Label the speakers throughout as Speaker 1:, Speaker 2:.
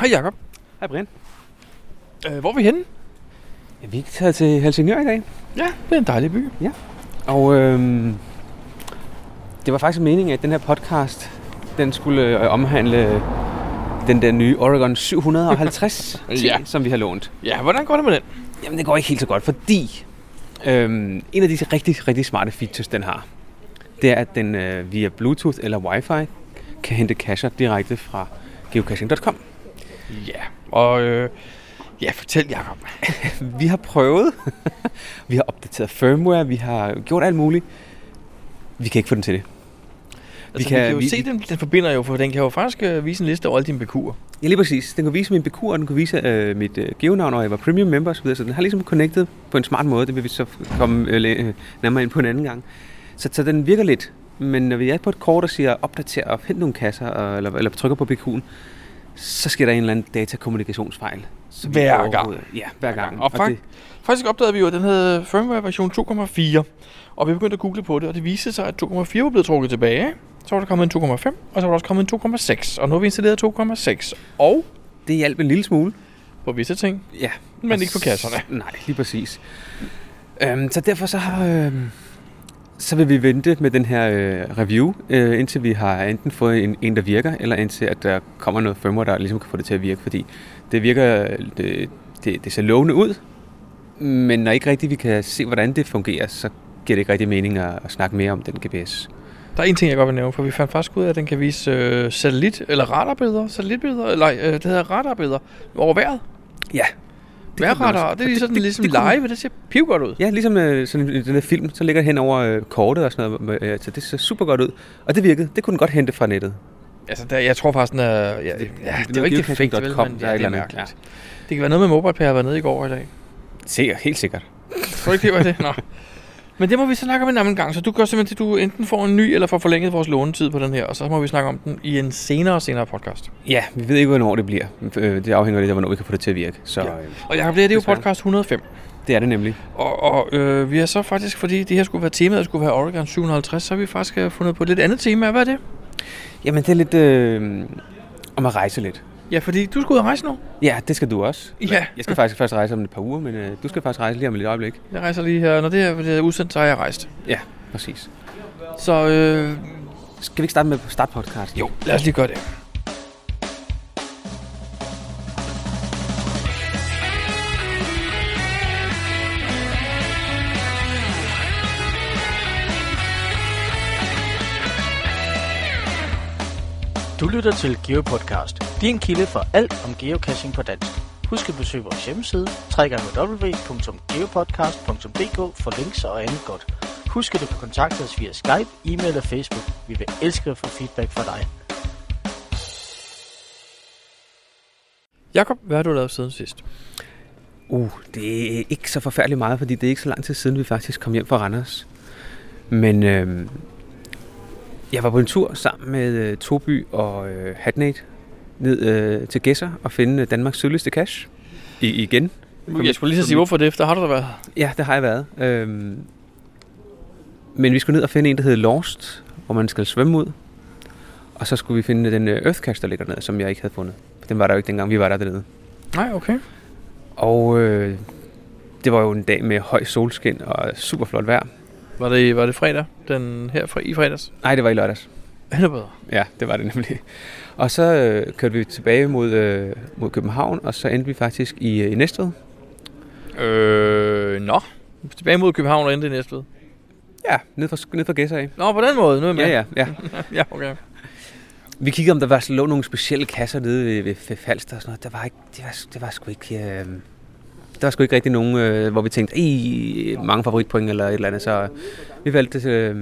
Speaker 1: Hej Jacob.
Speaker 2: Hej Brian.
Speaker 1: Øh, hvor er vi henne?
Speaker 2: Ja, vi tager til Helsingør i dag.
Speaker 1: Ja, det er en dejlig by.
Speaker 2: Og øhm, det var faktisk meningen, at den her podcast, den skulle øh, omhandle den der nye Oregon 750
Speaker 1: Ja.
Speaker 2: som vi har lånt.
Speaker 1: Ja, hvordan går det med den?
Speaker 2: Jamen, det går ikke helt så godt, fordi øhm, en af de rigtig, rigtig smarte features, den har, det er, at den øh, via Bluetooth eller Wi-Fi kan hente cacher direkte fra geocaching.com.
Speaker 1: Ja, og øh, ja, fortæl Jacob.
Speaker 2: Vi har prøvet. vi har opdateret firmware. Vi har gjort alt muligt. Vi kan ikke få den til det.
Speaker 1: Altså, vi, kan, vi kan jo vi, se, den, den forbinder jo, for den kan jo faktisk øh, vise en liste over alle dine bekuer.
Speaker 2: Ja, lige præcis. Den kunne vise min BQ, og den kunne vise øh, mit øh, geonavn, og jeg var premium member osv. Så den har ligesom connectet på en smart måde. Det vil vi så komme øh, læ- øh, nærmere ind på en anden gang. Så, så den virker lidt. Men når vi er på et kort og siger opdater og hent nogle kasser, og, eller, eller trykker på BQ'en, så sker der en eller anden datakommunikationsfejl. Så vi
Speaker 1: Hver gang.
Speaker 2: overhovedet- Ja, hver gang.
Speaker 1: Og, og
Speaker 2: det,
Speaker 1: fakt, faktisk opdagede vi jo, at den hed firmware version 2.4, og vi begyndte at google på det, og det viste sig, at 2.4 var blevet trukket tilbage. Så var der kommet en 2.5, og så var der også kommet en 2.6, og nu har vi installeret 2.6, og
Speaker 2: det hjalp en lille smule.
Speaker 1: på visse ting,
Speaker 2: Ja,
Speaker 1: men
Speaker 2: Og
Speaker 1: ikke på
Speaker 2: s-
Speaker 1: kasserne.
Speaker 2: Nej, lige præcis. Øhm, så derfor så, har, øhm, så vil vi vente med den her øh, review, øh, indtil vi har enten fået en, en, der virker, eller indtil at der kommer noget firmware, der ligesom kan få det til at virke, fordi det virker, øh, det, det, det ser lovende ud, men når ikke rigtigt vi kan se, hvordan det fungerer, så giver det ikke rigtig mening at, at snakke mere om den GPS.
Speaker 1: Der er en ting, jeg godt vil nævne, for vi fandt faktisk ud af, at den kan vise øh, satellit- eller radarbilleder, satellitbilleder, eller øh, det hedder radarbilleder over vejret.
Speaker 2: Ja. Det kan man
Speaker 1: Vejrradar,
Speaker 2: også.
Speaker 1: det er ligesom, det, ligesom
Speaker 2: det kunne man-
Speaker 1: live, det ser pivgodt ud.
Speaker 2: Ja, ligesom øh, sådan, i den der film, så ligger det hen over øh, kortet og sådan noget, øh, så det ser super godt ud. Og det virkede, det kunne den godt hente fra nettet.
Speaker 1: Altså, der, jeg tror faktisk, den er, ja, ja, det, det er jo ikke fake, vel,
Speaker 2: geocaching.com,
Speaker 1: men
Speaker 2: der
Speaker 1: ja,
Speaker 2: er et
Speaker 1: det
Speaker 2: eller
Speaker 1: er
Speaker 2: andet,
Speaker 1: mærkeligt. Det kan være noget med MobilePay, jeg var nede i går i dag.
Speaker 2: Sikkert, helt sikkert.
Speaker 1: Tror du ikke, det var det? Nå. Men det må vi så snakke om en anden gang, så du gør simpelthen, at du enten får en ny, eller får forlænget vores lånetid på den her, og så må vi snakke om den i en senere og senere podcast.
Speaker 2: Ja, vi ved ikke, hvornår det bliver. Øh, Det afhænger lidt af, hvornår vi kan få det til at virke. Så
Speaker 1: Ja.
Speaker 2: ja. øh,
Speaker 1: Og Jacob, det her det er jo
Speaker 2: Desværre.
Speaker 1: podcast 105.
Speaker 2: det er det nemlig.
Speaker 1: Og, og øh, vi har så faktisk, fordi det her skulle være temaet, skulle være Oregon 750, så har vi faktisk øh, fundet på et lidt andet tema. Hvad er det?
Speaker 2: Jamen, det er lidt øh, om at rejse lidt.
Speaker 1: Ja, fordi du skal ud og rejse nu.
Speaker 2: Ja, det skal du også.
Speaker 1: Ja.
Speaker 2: Jeg skal faktisk først rejse om et par uger, men øh, du skal faktisk rejse lige om et øjeblik.
Speaker 1: Jeg rejser lige her. Når det her det er udsendt, så har jeg rejst.
Speaker 2: Ja, præcis.
Speaker 1: Så øh,
Speaker 2: Skal vi ikke starte med at starte podcasten?
Speaker 1: jo, lad os lige gøre det.
Speaker 3: Du lytter til GeoPodcast, din kilde for alt om geocaching på dansk. Husk at besøge vores hjemmeside, www.geopodcast.dk for links og andet godt. Husk at du kan kontakte os via Skype, e-mail og Facebook. Vi vil elske at få feedback fra dig.
Speaker 1: Jakob, hvad har du lavet siden sidst?
Speaker 2: Uh, det er ikke så forfærdeligt meget, fordi det er ikke så lang tid siden, vi faktisk kom hjem fra Randers. Men øh, jeg var på en tur sammen med øh, Toby og øh, Hatnate ned øh, til Gæsser og finde øh, Danmarks sydligste cache. I, igen.
Speaker 1: Jeg skulle lige så sige, hvorfor det efter. Har du da været?
Speaker 2: Ja, det har jeg været. Øhm, men vi skulle ned og finde en, der hedder Lost, hvor man skal svømme ud. Og så skulle vi finde den øh, Earth Cache, der ligger dernede, som jeg ikke havde fundet. Den var der jo ikke dengang, vi var der dernede.
Speaker 1: Nej, okay.
Speaker 2: Og øh, det var jo en dag med høj solskin og super flot vejr.
Speaker 1: Var det, var det fredag? Den her fri, i fredags?
Speaker 2: Nej, det var i lørdags.
Speaker 1: Endnu bedre.
Speaker 2: Ja, det var det nemlig. Og så øh, kørte vi tilbage mod, øh, mod København, og så endte vi faktisk i, øh, i Næstved.
Speaker 1: Øh, nå. Tilbage mod København og endte i Næstved.
Speaker 2: Ja, ned fra, ned fra Gæsser af.
Speaker 1: Nå, på den måde. Nu er jeg med.
Speaker 2: Ja, ja, ja.
Speaker 1: ja okay.
Speaker 2: Vi kiggede, om der var lå nogle specielle kasser nede ved, ved, ved Falster og sådan noget. Der var ikke, det, var, det var sgu ikke... Øh, der var sgu ikke rigtig nogen, øh, hvor vi tænkte, i mange favoritpoint eller et eller andet. Så øh, vi valgte, øh,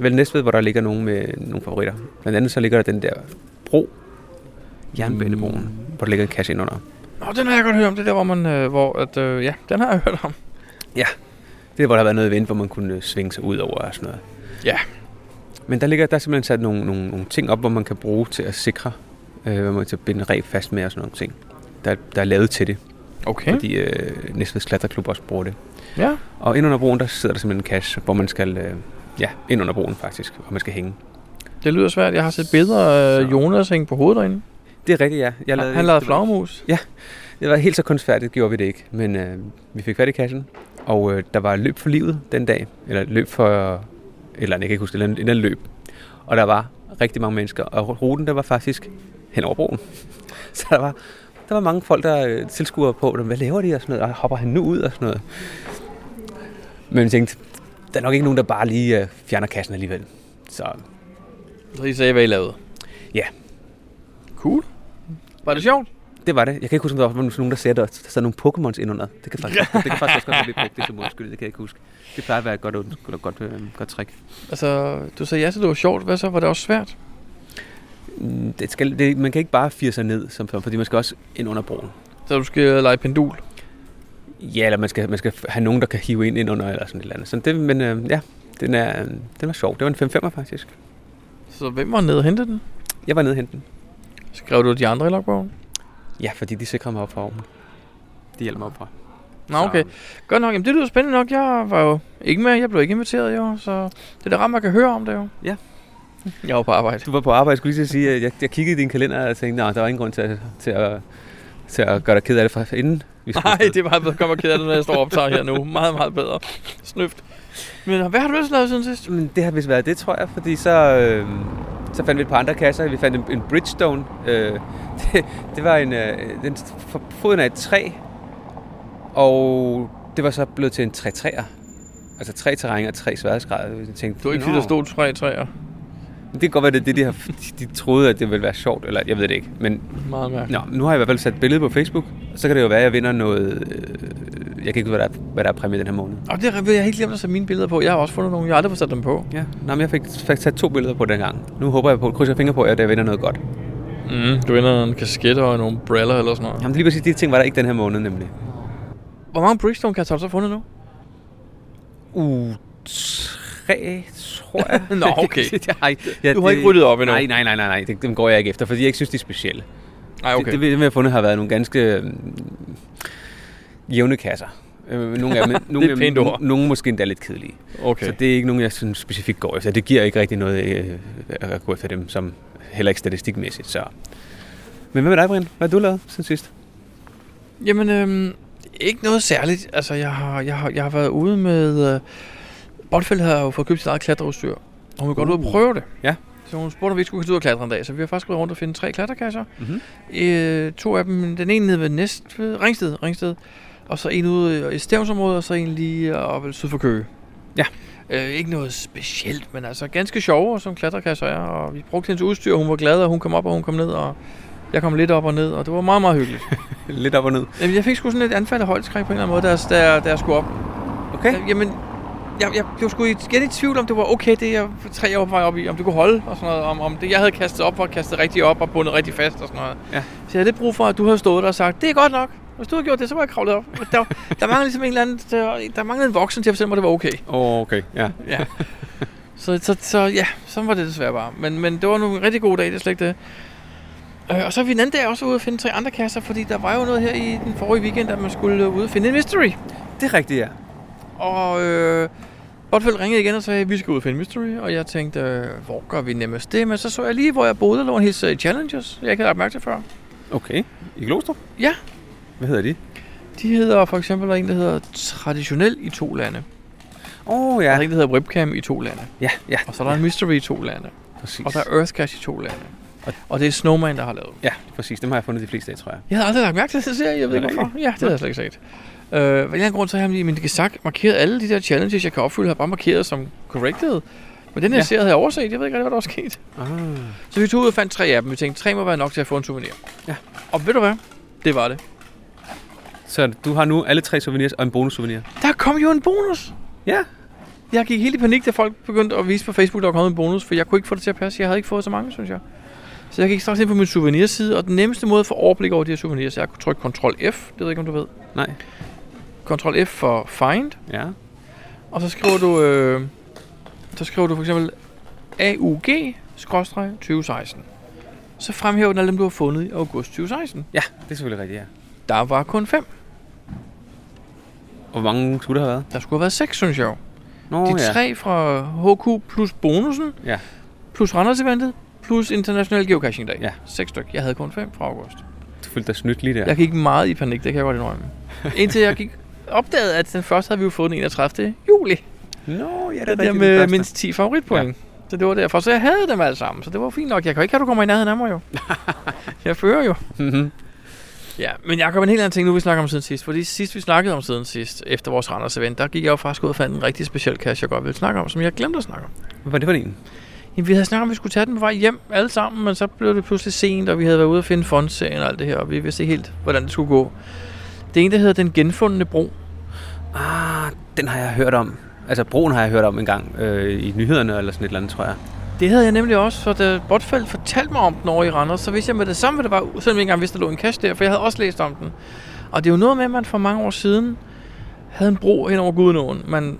Speaker 2: valgte Næstved, hvor der ligger nogen med nogle favoritter. Blandt andet så ligger der den der bro, Jernbanebroen, mm. hvor der ligger en kasse indenunder.
Speaker 1: Nå, den har jeg godt hørt om. Det er der, hvor man... Øh, hvor at, øh, ja, den har jeg hørt om.
Speaker 2: Det er, hvor der har været noget event, hvor man kunne øh, svinge sig ud over og sådan noget.
Speaker 1: Ja.
Speaker 2: Men der ligger der er simpelthen sat nogle, nogle, nogle ting op, hvor man kan bruge til at sikre, øh, hvor man til at binde reb fast med og sådan nogle ting. Der, der er lavet til det,
Speaker 1: Okay.
Speaker 2: ja. fordi øh, Næstveds Klatreklub også bruger det.
Speaker 1: Ja.
Speaker 2: Og ind under broen, der sidder der simpelthen en kasse, hvor man skal, øh, ja, ind under broen faktisk, hvor man skal hænge.
Speaker 1: Det lyder svært. Jeg har set billeder af
Speaker 2: Så.
Speaker 1: Jonas hænge på hovedet derinde.
Speaker 2: Det er rigtigt, ja. Jeg
Speaker 1: Han,
Speaker 2: ikke-
Speaker 1: han lavede
Speaker 2: det var-
Speaker 1: flagmus.
Speaker 2: Det var helt så kunstfærdigt, gjorde vi det ikke. Men øh, vi fik fat i kassen, og øh, der var løb for livet den dag. Eller løb for... Eller jeg kan ikke huske, eller en eller anden løb. Og der var rigtig mange mennesker, og ruten der var faktisk hen over broen. Så der var, der var mange folk, der øh, tilskuere på, der, hvad laver de og sådan noget, og hopper han nu ud og sådan noget. Men vi tænkte, der er nok ikke nogen, der bare lige øh, fjerner kassen alligevel. Så
Speaker 1: Så I sagde, hvad I lavede?
Speaker 2: Ja.
Speaker 1: Cool. Var det sjovt?
Speaker 2: det var det. Jeg kan ikke huske, om der var nogen, nogen der sagde, der der sad nogle Pokémons indenunder. Det kan faktisk, det kan faktisk også godt være lidt vigtigt som undskyld. Det kan jeg ikke huske. Det plejer at være et godt, und- eller godt, øh, godt trick.
Speaker 1: Altså, du sagde ja, så det var sjovt. Hvad så? Var det også svært?
Speaker 2: Mm, Det skal, det, man kan ikke bare fire sig ned, som, fordi man skal også ind under broen.
Speaker 1: Så du skal lege pendul?
Speaker 2: Ja, eller man skal, man skal have nogen, der kan hive ind ind under, eller sådan et eller andet. Så det, men øh, ja, den, er, øh, den var sjov. Det var en 5 faktisk.
Speaker 1: Så hvem var nede og hentede den?
Speaker 2: Jeg var nede og hente den.
Speaker 1: Skrev du de andre i logbogen?
Speaker 2: Ja, fordi de sikrer mig op fra oven. De hjælper mig op fra.
Speaker 1: Nå, okay. Godt nok. Jamen, det lyder spændende nok. Jeg var jo ikke med. Jeg blev ikke inviteret i år, så det er da rart, man kan høre om det jo.
Speaker 2: Ja.
Speaker 1: Jeg var på arbejde.
Speaker 2: øh, Du var på arbejde, skulle lige til at sige, at jeg, jeg kiggede i din kalender og tænkte, nej, der var ingen grund til at, til at, til at gøre dig ked af det fra inden. Vi skulle
Speaker 1: Nej,
Speaker 2: afsted."
Speaker 1: det er meget bedre. Kom og kede af det, når jeg står og optager her nu. Meget, meget bedre. Snøft. Men hvad har du ellers lavet siden sidst?
Speaker 2: Men det har vist været det, tror jeg, fordi så, øh, så fandt vi et par andre kasser. Vi fandt en, en Bridgestone. Øh, det, det var en, øh, den for foden af et træ, og det var så blevet til en 3 træer. Altså tre terrænger og tre sværdesgrader. Jeg tænkte,
Speaker 1: Du har ikke
Speaker 2: "Nå."
Speaker 1: sige, der stod tre træer.
Speaker 2: Det kan godt være, det er det, de, har, de troede, at det ville være sjovt. Eller jeg ved det ikke. Men
Speaker 1: Meget mærkeligt.
Speaker 2: Nå, nu har jeg i hvert fald sat billede på Facebook, og så kan det jo være, at jeg vinder noget... Øh, jeg kan ikke huske, hvad der, er, hvad der er præmie den her måned.
Speaker 1: Og det vil jeg helt glemt at sætte mine billeder på. Jeg har også fundet nogle, jeg aldrig får sat dem på.
Speaker 2: Ja, Nå, men jeg fik, fik sat to billeder på den gang. Nu håber jeg på, krydser jeg fingre på, at jeg vinder noget godt.
Speaker 1: Mm, du ender en kasket og en umbrella eller sådan noget.
Speaker 2: Jamen lige præcis de ting var der ikke den her måned, nemlig.
Speaker 1: Hvor mange Bridgestone kasser har du så fundet nu?
Speaker 2: U 3, tror jeg.
Speaker 1: Nå, okay.
Speaker 2: Nej, ja,
Speaker 1: Du har ikke ryddet op endnu.
Speaker 2: Nej, nej, nej, nej, nej. Det, dem går jeg ikke efter, fordi jeg ikke synes, de er specielle.
Speaker 1: Nej, Ah, okay.
Speaker 2: Det, det, dem, jeg har fundet, har været nogle ganske øh, jævne kasser. Øh, Nogle af dem, nogle, af dem-
Speaker 1: pænt ord.
Speaker 2: nogle måske endda lidt kedelige.
Speaker 1: okay.
Speaker 2: Okay. Så det er ikke nogen, jeg sådan specifikt går efter. Det giver ikke rigtig noget øh, at gå efter dem, som heller ikke statistikmæssigt. Så. Men hvad med dig, Brian? Hvad har du lavet siden sidst?
Speaker 1: Jamen, øhm, ikke noget særligt. Altså, jeg har, jeg har, jeg har været ude med... Øh, Botfeld har jo fået købt sit eget klatreudstyr. Og hun vil godt ud og
Speaker 2: Uh.
Speaker 1: prøve det.
Speaker 2: Ja.
Speaker 1: Så hun spurgte, om vi ikke skulle ud og klatre en dag. Så vi har faktisk gået rundt og finde tre klatrekasser.
Speaker 2: Mhm.
Speaker 1: Øh, to af dem, den ene nede ved Næstved, Ringsted, Ringsted. Og så en ude i Stævnsområdet, og så en lige oppe ved syd for Køge.
Speaker 2: Ja.
Speaker 1: Øh, ikke noget specielt, men altså ganske sjovere, som klatrekasser er. Og vi brugte hendes udstyr, og hun var glad, og hun kom op, og hun kom ned, og jeg kom lidt op og ned, og det var meget, meget hyggeligt.
Speaker 2: Lidt op og ned.
Speaker 1: Jamen, jeg fik sgu sådan et anfald af højdeskræk på en eller anden måde, da jeg, da jeg, da jeg skulle op.
Speaker 2: Okay.
Speaker 1: Jeg, Øh, jamen, jeg, jeg blev sgu igen i tvivl, om det var okay, det jeg for tre år var op i, om det kunne holde og sådan noget, om, om det, jeg havde kastet op, var kastet rigtig op og bundet rigtig fast og sådan noget.
Speaker 2: Ja.
Speaker 1: Så jeg havde lidt brug for, at du havde stået der og sagt, det er godt nok. Hvis du havde gjort det, så var jeg kravlet op. Men Der, der mangler ligesom en eller anden, der, der manglede en voksen til at fortælle mig, at det var okay.
Speaker 2: Oh, okay, ja.
Speaker 1: Så, så, så ja, sådan var det desværre bare. Men, men det var nu en rigtig god dag, det er slet ikke det. Øh, og så er vi en anden dag også ude og finde tre andre kasser, fordi der var jo noget her i den forrige weekend, at man skulle øh, ud og finde en mystery.
Speaker 2: Det er rigtigt, ja.
Speaker 1: Og øh, Botfeldt ringede igen og sagde, vi skal ud og finde mystery. Og jeg tænkte, øh, hvor gør vi nemmest det? Men så så jeg lige, hvor jeg boede, der lå en hel serie challenges, jeg ikke havde lagt mærke til før.
Speaker 2: Okay. I Glostrup?
Speaker 1: Ja.
Speaker 2: Hvad hedder de?
Speaker 1: De hedder for eksempel, der er en, der hedder traditionel i to lande. Ja.
Speaker 2: Åh, oh,
Speaker 1: Der
Speaker 2: ja.
Speaker 1: er en, der hedder webcam i to lande.
Speaker 2: Ja, ja.
Speaker 1: Og så er der en mystery i to lande.
Speaker 2: Præcis.
Speaker 1: Og der er Earthcash i to lande. Og det er Snowman, der har lavet.
Speaker 2: Ja, præcis. Dem har jeg fundet de fleste af, tror jeg.
Speaker 1: Jeg havde aldrig lagt mærke til den serie, jeg ved ikke
Speaker 2: Nej.
Speaker 1: hvorfor. Ja, det havde jeg slet ikke set. Øh, af en eller anden grund, så har jeg i min gesagt markeret alle de der challenges, jeg kan opfylde, har jeg bare markeret som corrected. Men den her
Speaker 2: Ja.
Speaker 1: ja. serie havde jeg overset, jeg ved ikke rigtig, hvad der var sket.
Speaker 2: Ah.
Speaker 1: Så vi tog ud og fandt tre af dem. Vi tænkte, tre må være nok til at få en souvenir.
Speaker 2: Ja.
Speaker 1: Og ved du hvad? Det var det.
Speaker 2: Så du har nu alle tre souvenirs og en bonus souvenir.
Speaker 1: Der kom jo en bonus!
Speaker 2: Ja.
Speaker 1: Jeg gik helt i panik, da folk begyndte at vise på Facebook, der var kommet en bonus, for jeg kunne ikke få det til at passe. Jeg havde ikke fået så mange, synes jeg. Så jeg gik straks ind på min souvenirside, og den nemmeste måde at få overblik over de her souvenirs, er at trykke Ctrl F. Det ved jeg ikke, om du ved.
Speaker 2: Nej.
Speaker 1: Ctrl F for find,
Speaker 2: Ja.
Speaker 1: og så skriver du, øh, så skriver du for eksempel AUG-2016. Så fremhæver den alle dem, du har fundet i august 2016.
Speaker 2: Ja, det er selvfølgelig rigtigt, ja.
Speaker 1: Der var kun fem.
Speaker 2: Og hvor mange skulle der have været?
Speaker 1: Der skulle have været seks, synes jeg.
Speaker 2: Nå,
Speaker 1: De tre fra HQ plus bonusen,
Speaker 2: Ja.
Speaker 1: plus Randers-eventet, plus international geocaching dag.
Speaker 2: Ja.
Speaker 1: Seks styk. Jeg havde kun fem fra august.
Speaker 2: Du følte dig snydt lige der.
Speaker 1: Ja. Jeg gik meget i panik, det kan jeg godt indrømme. Indtil jeg gik opdagede, at den første havde vi jo fået den 31. juli.
Speaker 2: Nå, ja, det
Speaker 1: Den der med mindst 10 favoritpoint. Ja. Så det var derfor. Så jeg havde dem alle sammen. Så det var fint nok. Jeg kan jo ikke have, du kommer i nærheden af mig jo. jeg fører jo.
Speaker 2: Mm-hmm.
Speaker 1: Ja, men Jacob, en helt anden ting, nu vi snakker om siden sidst. Fordi sidst vi snakkede om siden sidst, efter vores Randers event, der gik jeg jo faktisk ud og fandt en rigtig speciel cash, jeg godt ville snakke om, som jeg glemte at snakke om.
Speaker 2: Hvad var det for en?
Speaker 1: Jamen, vi havde snakket om, at vi skulle tage den på vej hjem alle sammen, men så blev det pludselig sent, og vi havde været ude og finde fondserien og alt det her, og vi vidste ikke helt, hvordan det skulle gå. Det er en, der hedder Den Genfundne Bro.
Speaker 2: Ah, den har jeg hørt om. Altså, broen har jeg hørt om en gang øh, i nyhederne eller sådan et eller andet, tror jeg.
Speaker 1: Det havde jeg nemlig også, for da Botfeldt fortalte mig om den over i Randers, så vidste jeg med det samme, hvad det var, selvom jeg ikke engang vidste, der lå en cash der, for jeg havde også læst om den. Og det er jo noget med, at man for mange år siden havde en bro hen over Gudenåen, man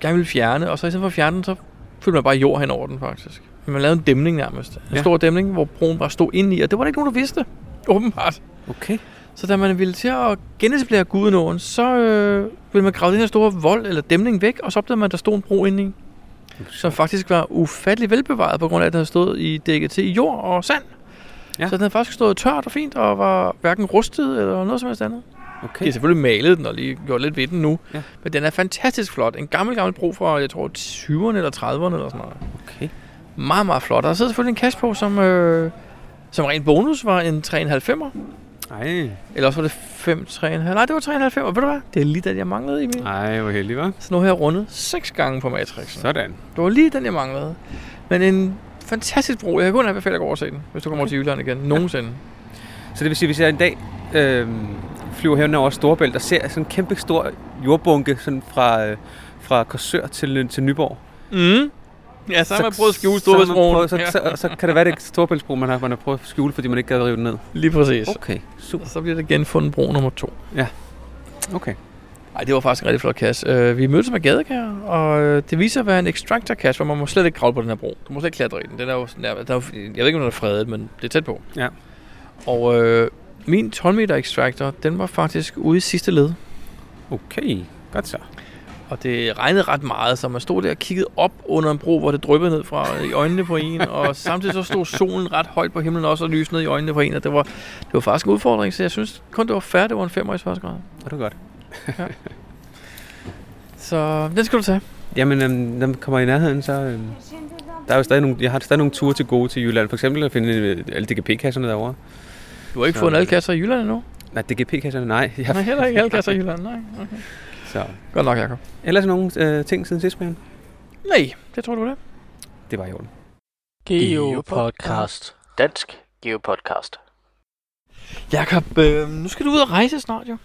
Speaker 1: gerne ville fjerne, og så i stedet for at fjerne den, så fyldte man bare jord hen over den faktisk. Men man lavede en dæmning nærmest. En
Speaker 2: Ja.
Speaker 1: ja. stor dæmning, hvor broen bare stod ind i, og det var der ikke nogen, der vidste, åbenbart.
Speaker 2: Okay.
Speaker 1: Så da man ville til at genetablere Gudenåen, så øh, ville man grave den her store vold eller dæmning væk, og så opdagede man, at der stod en bro inde i som faktisk var ufattelig velbevaret, på grund af, at den havde stået i dækket til i jord og sand.
Speaker 2: Ja.
Speaker 1: Ja. Så den havde faktisk stået tørt og fint, og var hverken rustet eller noget som helst andet. De
Speaker 2: Okay.
Speaker 1: har selvfølgelig malet den og lige gjort lidt ved den nu,
Speaker 2: Ja.
Speaker 1: ja. men den er fantastisk flot. En gammel, gammel bro fra, jeg tror, 20'erne eller 30'erne eller sådan noget.
Speaker 2: okay.
Speaker 1: Meget, meget flot. Og der sidder selvfølgelig en kasse på, som, øh, som rent bonus var en 3,5'er.
Speaker 2: Ej,
Speaker 1: Eller også var det 5, 3,5. Nej, det var 3,5. Ved du hvad? Det er lige den, jeg manglede i min.
Speaker 2: Ej hvor heldig, var.
Speaker 1: Så nu har jeg rundet 6 gange på Matrixen.
Speaker 2: Sådan.
Speaker 1: Det var lige den, jeg manglede. Men en fantastisk bro. Jeg kan kun anbefale at gå over og se den, hvis du kommer okay. til Jylland igen. Nogensinde.
Speaker 2: Så det vil sige, hvis jeg en dag øh, flyver hernede over Storebælt og ser sådan en kæmpe stor jordbunke sådan fra, øh, fra Korsør til, øh, til Nyborg.
Speaker 1: Mm. Ja, så har man prøvet at skjule
Speaker 2: så har man
Speaker 1: Storebæltsbroen.
Speaker 2: prøvet- Så,
Speaker 1: Ja.
Speaker 2: så, så, så, kan det være, det er Storebæltsbroen, man har, man har prøvet at skjule, fordi man ikke gad at rive den ned.
Speaker 1: Lige præcis.
Speaker 2: Okay, super.
Speaker 1: Og så bliver det genfundet bro nummer to.
Speaker 2: Okay.
Speaker 1: Nej, det var faktisk en rigtig flot kasse. Øh, vi mødtes med gadekær, og øh, det viser at være en extractor kasse, hvor man må slet ikke kravle på den her bro. Du må slet ikke klatre i den. den er jo, sådan- der, der er, jo- jeg ved ikke, om den er fredet, men det er tæt på.
Speaker 2: Ja.
Speaker 1: Og øh, min 12 meter extractor, den var faktisk ude i sidste led.
Speaker 2: Okay, godt så.
Speaker 1: Og det regnede ret meget, så man stod der og kiggede op under en bro, hvor det dryppede ned fra i øjnene på en, og samtidig så stod solen ret højt på himlen også og lyste ned i øjnene på en, og det var, det var faktisk en udfordring, så jeg synes kun det var færdigt, det var en femmer i første grad.
Speaker 2: Var det godt.
Speaker 1: Så den skal du tage.
Speaker 2: Jamen, øhm, når man kommer i nærheden, så... Øhm, der er jo stadig nogle, jeg har stadig nogle ture til gode til Jylland. For eksempel at finde øh, alle DGP-kasserne derovre.
Speaker 1: Du har ikke
Speaker 2: Så-
Speaker 1: fået en alkasser i Jylland endnu?
Speaker 2: Nej, DGP-kasserne, nej. Jeg,
Speaker 1: Nej, heller ikke alkasser i Jylland, nej. Okay.
Speaker 2: så.
Speaker 1: Godt nok, Jacob.
Speaker 2: Ellers nogle øh, ting siden sidst, Brian?
Speaker 1: Nej, det tror du det.
Speaker 2: Det var i orden.
Speaker 3: Geopodcast. Dansk Geopodcast.
Speaker 1: Jacob, øh, nu skal du ud og rejse snart jo.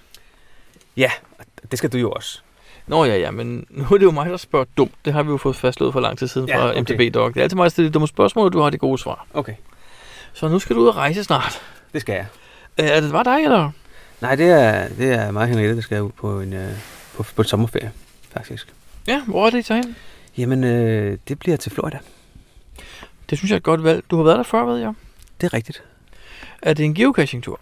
Speaker 2: Det skal du jo også.
Speaker 1: Nå ja, ja, men nu er det jo mig, der spørger dumt. Det har vi jo fået fastslået for lang tid siden
Speaker 2: Ja,
Speaker 1: fra
Speaker 2: okay.
Speaker 1: MTB Dog. Det er altid mig, der stiller de dumme spørgsmål, og du har de gode svar.
Speaker 2: Okay,
Speaker 1: Så nu skal du ud og rejse snart.
Speaker 2: det skal jeg.
Speaker 1: Øh, Er det bare dig, eller?
Speaker 2: Nej, det er, det er mig og Henriette, der skal ud på en, øh, på, på en sommerferie, faktisk.
Speaker 1: Ja, hvor er det, I tager hen?
Speaker 2: Jamen, øh, det bliver til Florida.
Speaker 1: Det synes jeg er et godt valg. Du har været der før, ved jeg.
Speaker 2: Det er rigtigt.
Speaker 1: Er det en geocaching-tur?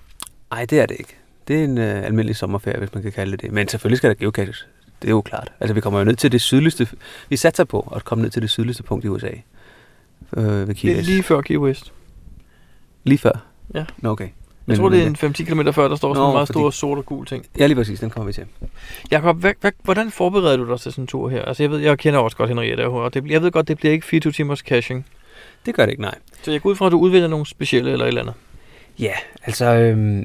Speaker 2: Nej, det er det ikke. Det er en øh, almindelig sommerferie, hvis man kan kalde det det. Men selvfølgelig skal der geocaches. Det er jo klart. Altså, vi kommer jo ned til det sydligste... Vi satser på at komme ned til det sydligste punkt i USA. Øh, ved Key
Speaker 1: Det er
Speaker 2: West.
Speaker 1: lige før Key West.
Speaker 2: lige før?
Speaker 1: Ja.
Speaker 2: Nå, okay.
Speaker 1: Jeg tror, det er en 5-10 km før, der står sådan
Speaker 2: Nå,
Speaker 1: en meget
Speaker 2: fordi-
Speaker 1: stor sort og gul ting.
Speaker 2: Ja, lige præcis. Den kommer vi til.
Speaker 1: Jakob, hvad, hvad, hvordan forbereder du dig til sådan en tur her? Altså, jeg, ved, jeg kender også godt Henriette, og det, bliver- jeg ved godt, det bliver ikke 24 timers caching.
Speaker 2: Det gør det ikke, nej.
Speaker 1: Så jeg går ud fra, at du udvælger nogle specielle eller et eller andet.
Speaker 2: Ja, altså... Øh,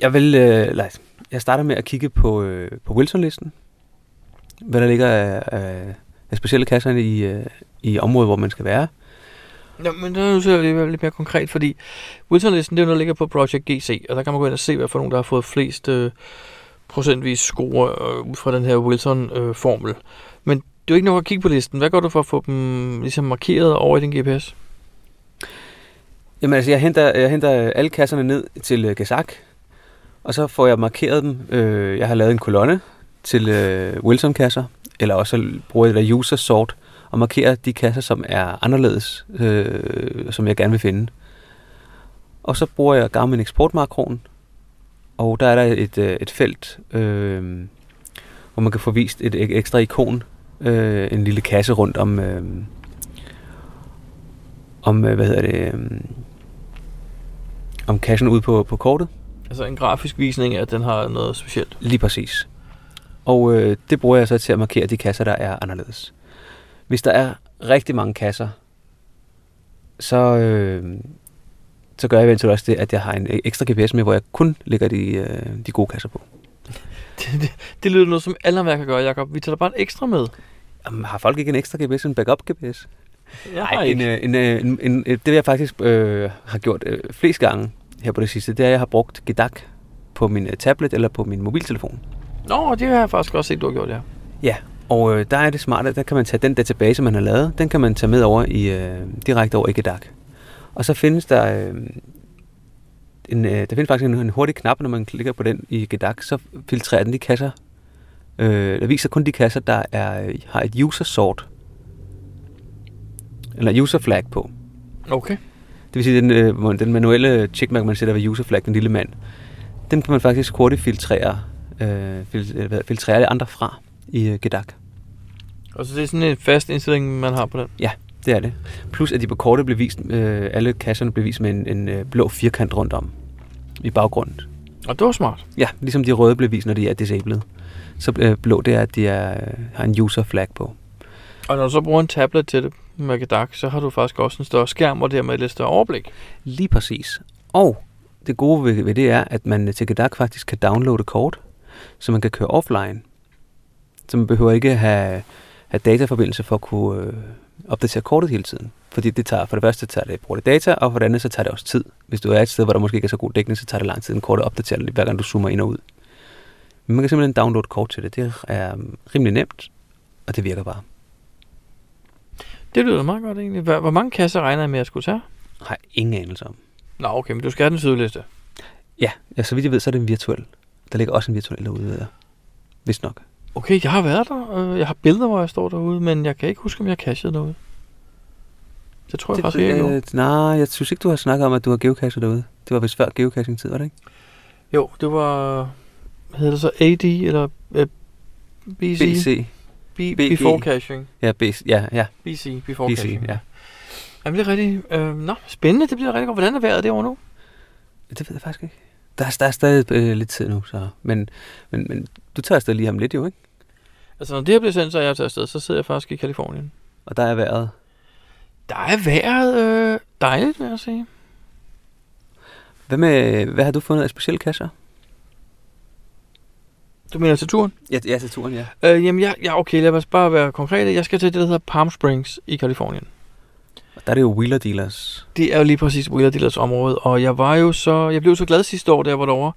Speaker 2: jeg vil... Øh, nej, jeg starter med at kigge på, øh, på Wilson-listen. Hvad der ligger af, af, af specielle kasser i, øh, i området, hvor man skal være.
Speaker 1: Nå, men der er jo så alligevel lidt mere konkret, fordi Wilson-listen, det er jo noget, der ligger på Project GC, og der kan man gå ind og se, hvad for nogen, der har fået flest øh, procentvis score øh, ud fra den her Wilson-formel. men det er jo ikke nok at kigge på listen. Hvad gør du for at få dem ligesom markeret over i din GPS?
Speaker 2: Jamen altså, jeg henter, jeg henter øh, alle kasserne ned til øh, Gazak, og så får jeg markeret dem. Øh, jeg har lavet en kolonne til øh, Wilson-kasser, eller også bruger jeg det der user sort, og markerer de kasser, som er anderledes, øh, som jeg gerne vil finde. Og så bruger jeg Garmin eksportmakroen, og der er der et, øh, et felt, øh, hvor man kan få vist et ek- ekstra ikon, øh, en lille kasse rundt om... Øh, om, øh, hvad hedder det, øh, om cashen ude på, på kortet.
Speaker 1: Altså en grafisk visning af, at den har noget specielt.
Speaker 2: Lige præcis. Og øh, det bruger jeg så til at markere de kasser, der er anderledes. Hvis der er rigtig mange kasser, så, øh, så gør jeg eventuelt også det, at jeg har en e- ekstra GPS med, hvor jeg kun lægger de, øh, de gode kasser på.
Speaker 1: Det, det, det lyder noget, som alle andre kan gøre, Jacob. Vi tager da bare en ekstra med.
Speaker 2: Jamen, har folk ikke en ekstra GPS, en backup GPS?
Speaker 1: Jeg har
Speaker 2: Nej, en,
Speaker 1: ikke.
Speaker 2: øh, en, øh, en, en, øh, det jeg faktisk øh, har gjort øh, flest gange her på det sidste, det er, at jeg har brugt Gedak på min øh, tablet eller på min mobiltelefon.
Speaker 1: Nå, det har jeg faktisk også set, du har gjort, ja.
Speaker 2: Ja, og øh, der er det smarte, der kan man tage den database, man har lavet, den kan man tage med over i øh, direkte over i Gedak. Og så findes der, øh, en, øh, der findes faktisk en, en hurtig knap, når man klikker på den i Gedak, så filtrerer den de kasser, øh, der viser kun de kasser, der er, øh, har et user sort, eller user flag på.
Speaker 1: Okay.
Speaker 2: Det vil sige, den, øh, hvor den manuelle checkmark, man sætter ved user flag, den lille mand, den kan man faktisk hurtigt filtrere, øh, fil, øh, hvad- filtrere de andre fra i øh, Gedak.
Speaker 1: Og så det er sådan en fast indstilling, man har på den.
Speaker 2: Ja, det er det. Plus at de på kortet blev vist, øh, alle kasserne blev vist med en, en øh, blå firkant rundt om i baggrunden.
Speaker 1: Og det var smart.
Speaker 2: Ja, ligesom de røde blev vist, når de er disabled. Så øh, blå, det er, at de er, øh, har en user flag på.
Speaker 1: Og når du så bruger en tablet til det med Gedak, så har du faktisk også en større skærm og dermed et lidt større overblik.
Speaker 2: Lige præcis. Og det gode ved, ved det er, at man øh, til Gedak faktisk kan downloade kort, så man kan køre offline. Så man behøver ikke have, have dataforbindelse for at kunne øh, opdatere kortet hele tiden. Fordi det tager, for det første tager det, bruger det data, og for det andet så tager det også tid. Hvis du er et sted, hvor der måske ikke er så god dækning, så tager det lang tid, en kort at opdatere det, hver gang du zoomer ind og ud. Men man kan simpelthen downloade kort til det. Det er øhm, rimelig nemt, og det virker bare.
Speaker 1: Det lyder meget godt egentlig. Hvor, hvor mange kasser regner jeg med, at jeg skulle tage?
Speaker 2: Har jeg ingen anelse om.
Speaker 1: Nå, okay, men du skal have den sydliste.
Speaker 2: Ja, ja, så vidt jeg ved, så er det en virtuel. Der ligger også en virtuel derude, ved jeg. Vist nok.
Speaker 1: Okay, jeg har været der. øh, Jeg har billeder, hvor jeg står derude, men jeg kan ikke huske, om jeg cashede noget. Det tror jeg faktisk ikke. jeg gjorde.
Speaker 2: øh, nej, jeg synes ikke, du har snakket om, at du har geocacher derude. Det var vist før geocaching-tid, var det ikke?
Speaker 1: Jo, det var... Hvad hedder det så? AD eller øh, BC? B- E.
Speaker 2: BE.
Speaker 1: Before caching.
Speaker 2: Ja, BC. Ja, ja.
Speaker 1: BC, before
Speaker 2: BC,
Speaker 1: caching.
Speaker 2: ja.
Speaker 1: Jamen, det er rigtigt. Øh, nå, spændende. Det bliver rigtig godt. Hvordan er vejret derovre nu?
Speaker 2: Det ved jeg faktisk ikke. Der er, der er stadig øh, lidt tid nu, så... Men, men, men du tager afsted lige om lidt jo, ikke?
Speaker 1: Altså, når det her bliver sendt, så er jeg taget afsted. Så sidder jeg faktisk i Kalifornien.
Speaker 2: Og der er vejret.
Speaker 1: Der er vejret øh, dejligt, vil jeg sige.
Speaker 2: Hvad, med, hvad har du fundet af specielle kasser?
Speaker 1: Du mener til turen?
Speaker 2: Ja, ja til turen, ja.
Speaker 1: Øh, jamen, ja, ja, okay, lad os bare være konkrete. Jeg skal til det, der hedder Palm Springs i Kalifornien.
Speaker 2: Og der er det jo Wheeler Dealers.
Speaker 1: Det er jo lige præcis Wheeler Dealers område, og jeg var jo så, jeg blev så glad sidste år, da jeg var derovre,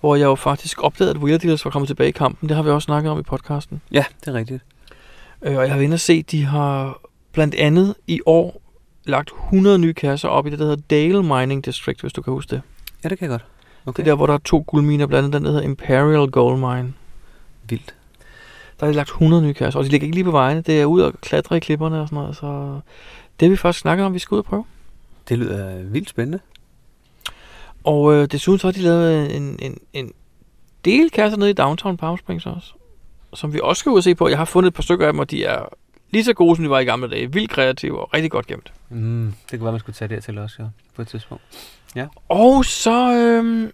Speaker 1: hvor jeg jo faktisk opdagede, at Wheeler Dealers var kommet tilbage i kampen. Det har vi også snakket om i podcasten.
Speaker 2: Ja, det er rigtigt.
Speaker 1: Øh, og jeg har været inde og se, at de har blandt andet i år lagt 100 nye kasser op i det, der hedder Dale Mining District, hvis du kan huske det. Okay.
Speaker 2: Ja, det kan jeg godt. Okay.
Speaker 1: Det er der, hvor der er to guldminer, blandt andet den, der hedder Imperial Gold Mine.
Speaker 2: vildt.
Speaker 1: Der har de lagt 100 nye kasser, og de ligger ikke lige på vejene. Det er ud og klatre i klipperne og sådan noget, så det har vi faktisk snakket om, vi skal ud og prøve.
Speaker 2: Det lyder øh, vildt spændende.
Speaker 1: Og øh, desuden så har de lavet en, en, en del kasser nede i Downtown Palm Springs også, som vi også skal ud og se på. Jeg har fundet et par stykker af dem, og de er lige så gode, som de var i gamle dage. Vildt kreative og rigtig godt gemt.
Speaker 2: Mm, det kunne være, man skulle tage det til også, ja. På et tidspunkt.
Speaker 1: Og så øh,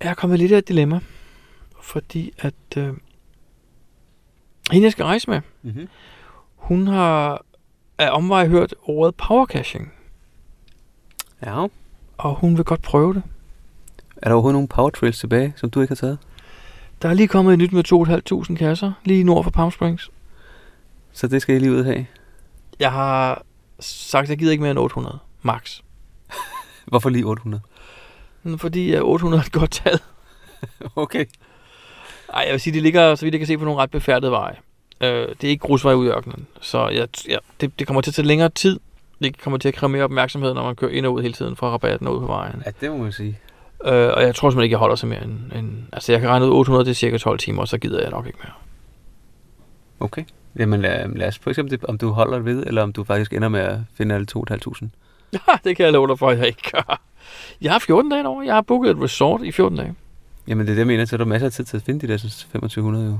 Speaker 1: er jeg kommet lidt af et dilemma, fordi at øh, hende, jeg skal rejse med,
Speaker 2: Mm-hmm.
Speaker 1: hun har af omvej hørt ordet powercaching,
Speaker 2: Ja.
Speaker 1: og hun vil godt prøve det.
Speaker 2: Er der overhovedet nogen power trails tilbage, som du ikke har taget?
Speaker 1: Der er lige kommet et nyt med 2.500 kasser, lige nord for Palm Springs.
Speaker 2: Så det skal jeg lige ud af.
Speaker 1: Jeg har sagt, at jeg gider ikke mere end 800, max.
Speaker 2: Hvorfor lige 800?
Speaker 1: Fordi øh, 800 er et godt tal.
Speaker 2: Okay.
Speaker 1: Ej, jeg vil sige, det ligger, så vidt jeg kan se, på nogle ret befærdede veje. Øh, det er ikke grusvej ud i ørkenen. Så jeg, jeg, det, det kommer til at tage længere tid. Det kommer til at kræve mere opmærksomhed, når man kører ind og ud hele tiden fra rabatten og ud på vejen.
Speaker 2: Ja, det må man sige.
Speaker 1: Øh, og jeg tror simpelthen ikke, jeg holder sig mere end, end... Altså, jeg kan regne ud 800, det er cirka 12 timer, og så gider jeg nok ikke mere.
Speaker 2: Okay. Jamen lad, lad os for eksempel, det, om du holder ved, eller om du faktisk ender med at finde alle 2.500.
Speaker 1: Ja, Ah, det kan jeg love dig for, at jeg ikke gør. Jeg har 14 dage over. Jeg har booket et resort i 14 dage.
Speaker 2: Jamen det er det, jeg mener, så er der masser af tid til at finde de der sådan 2500 jo.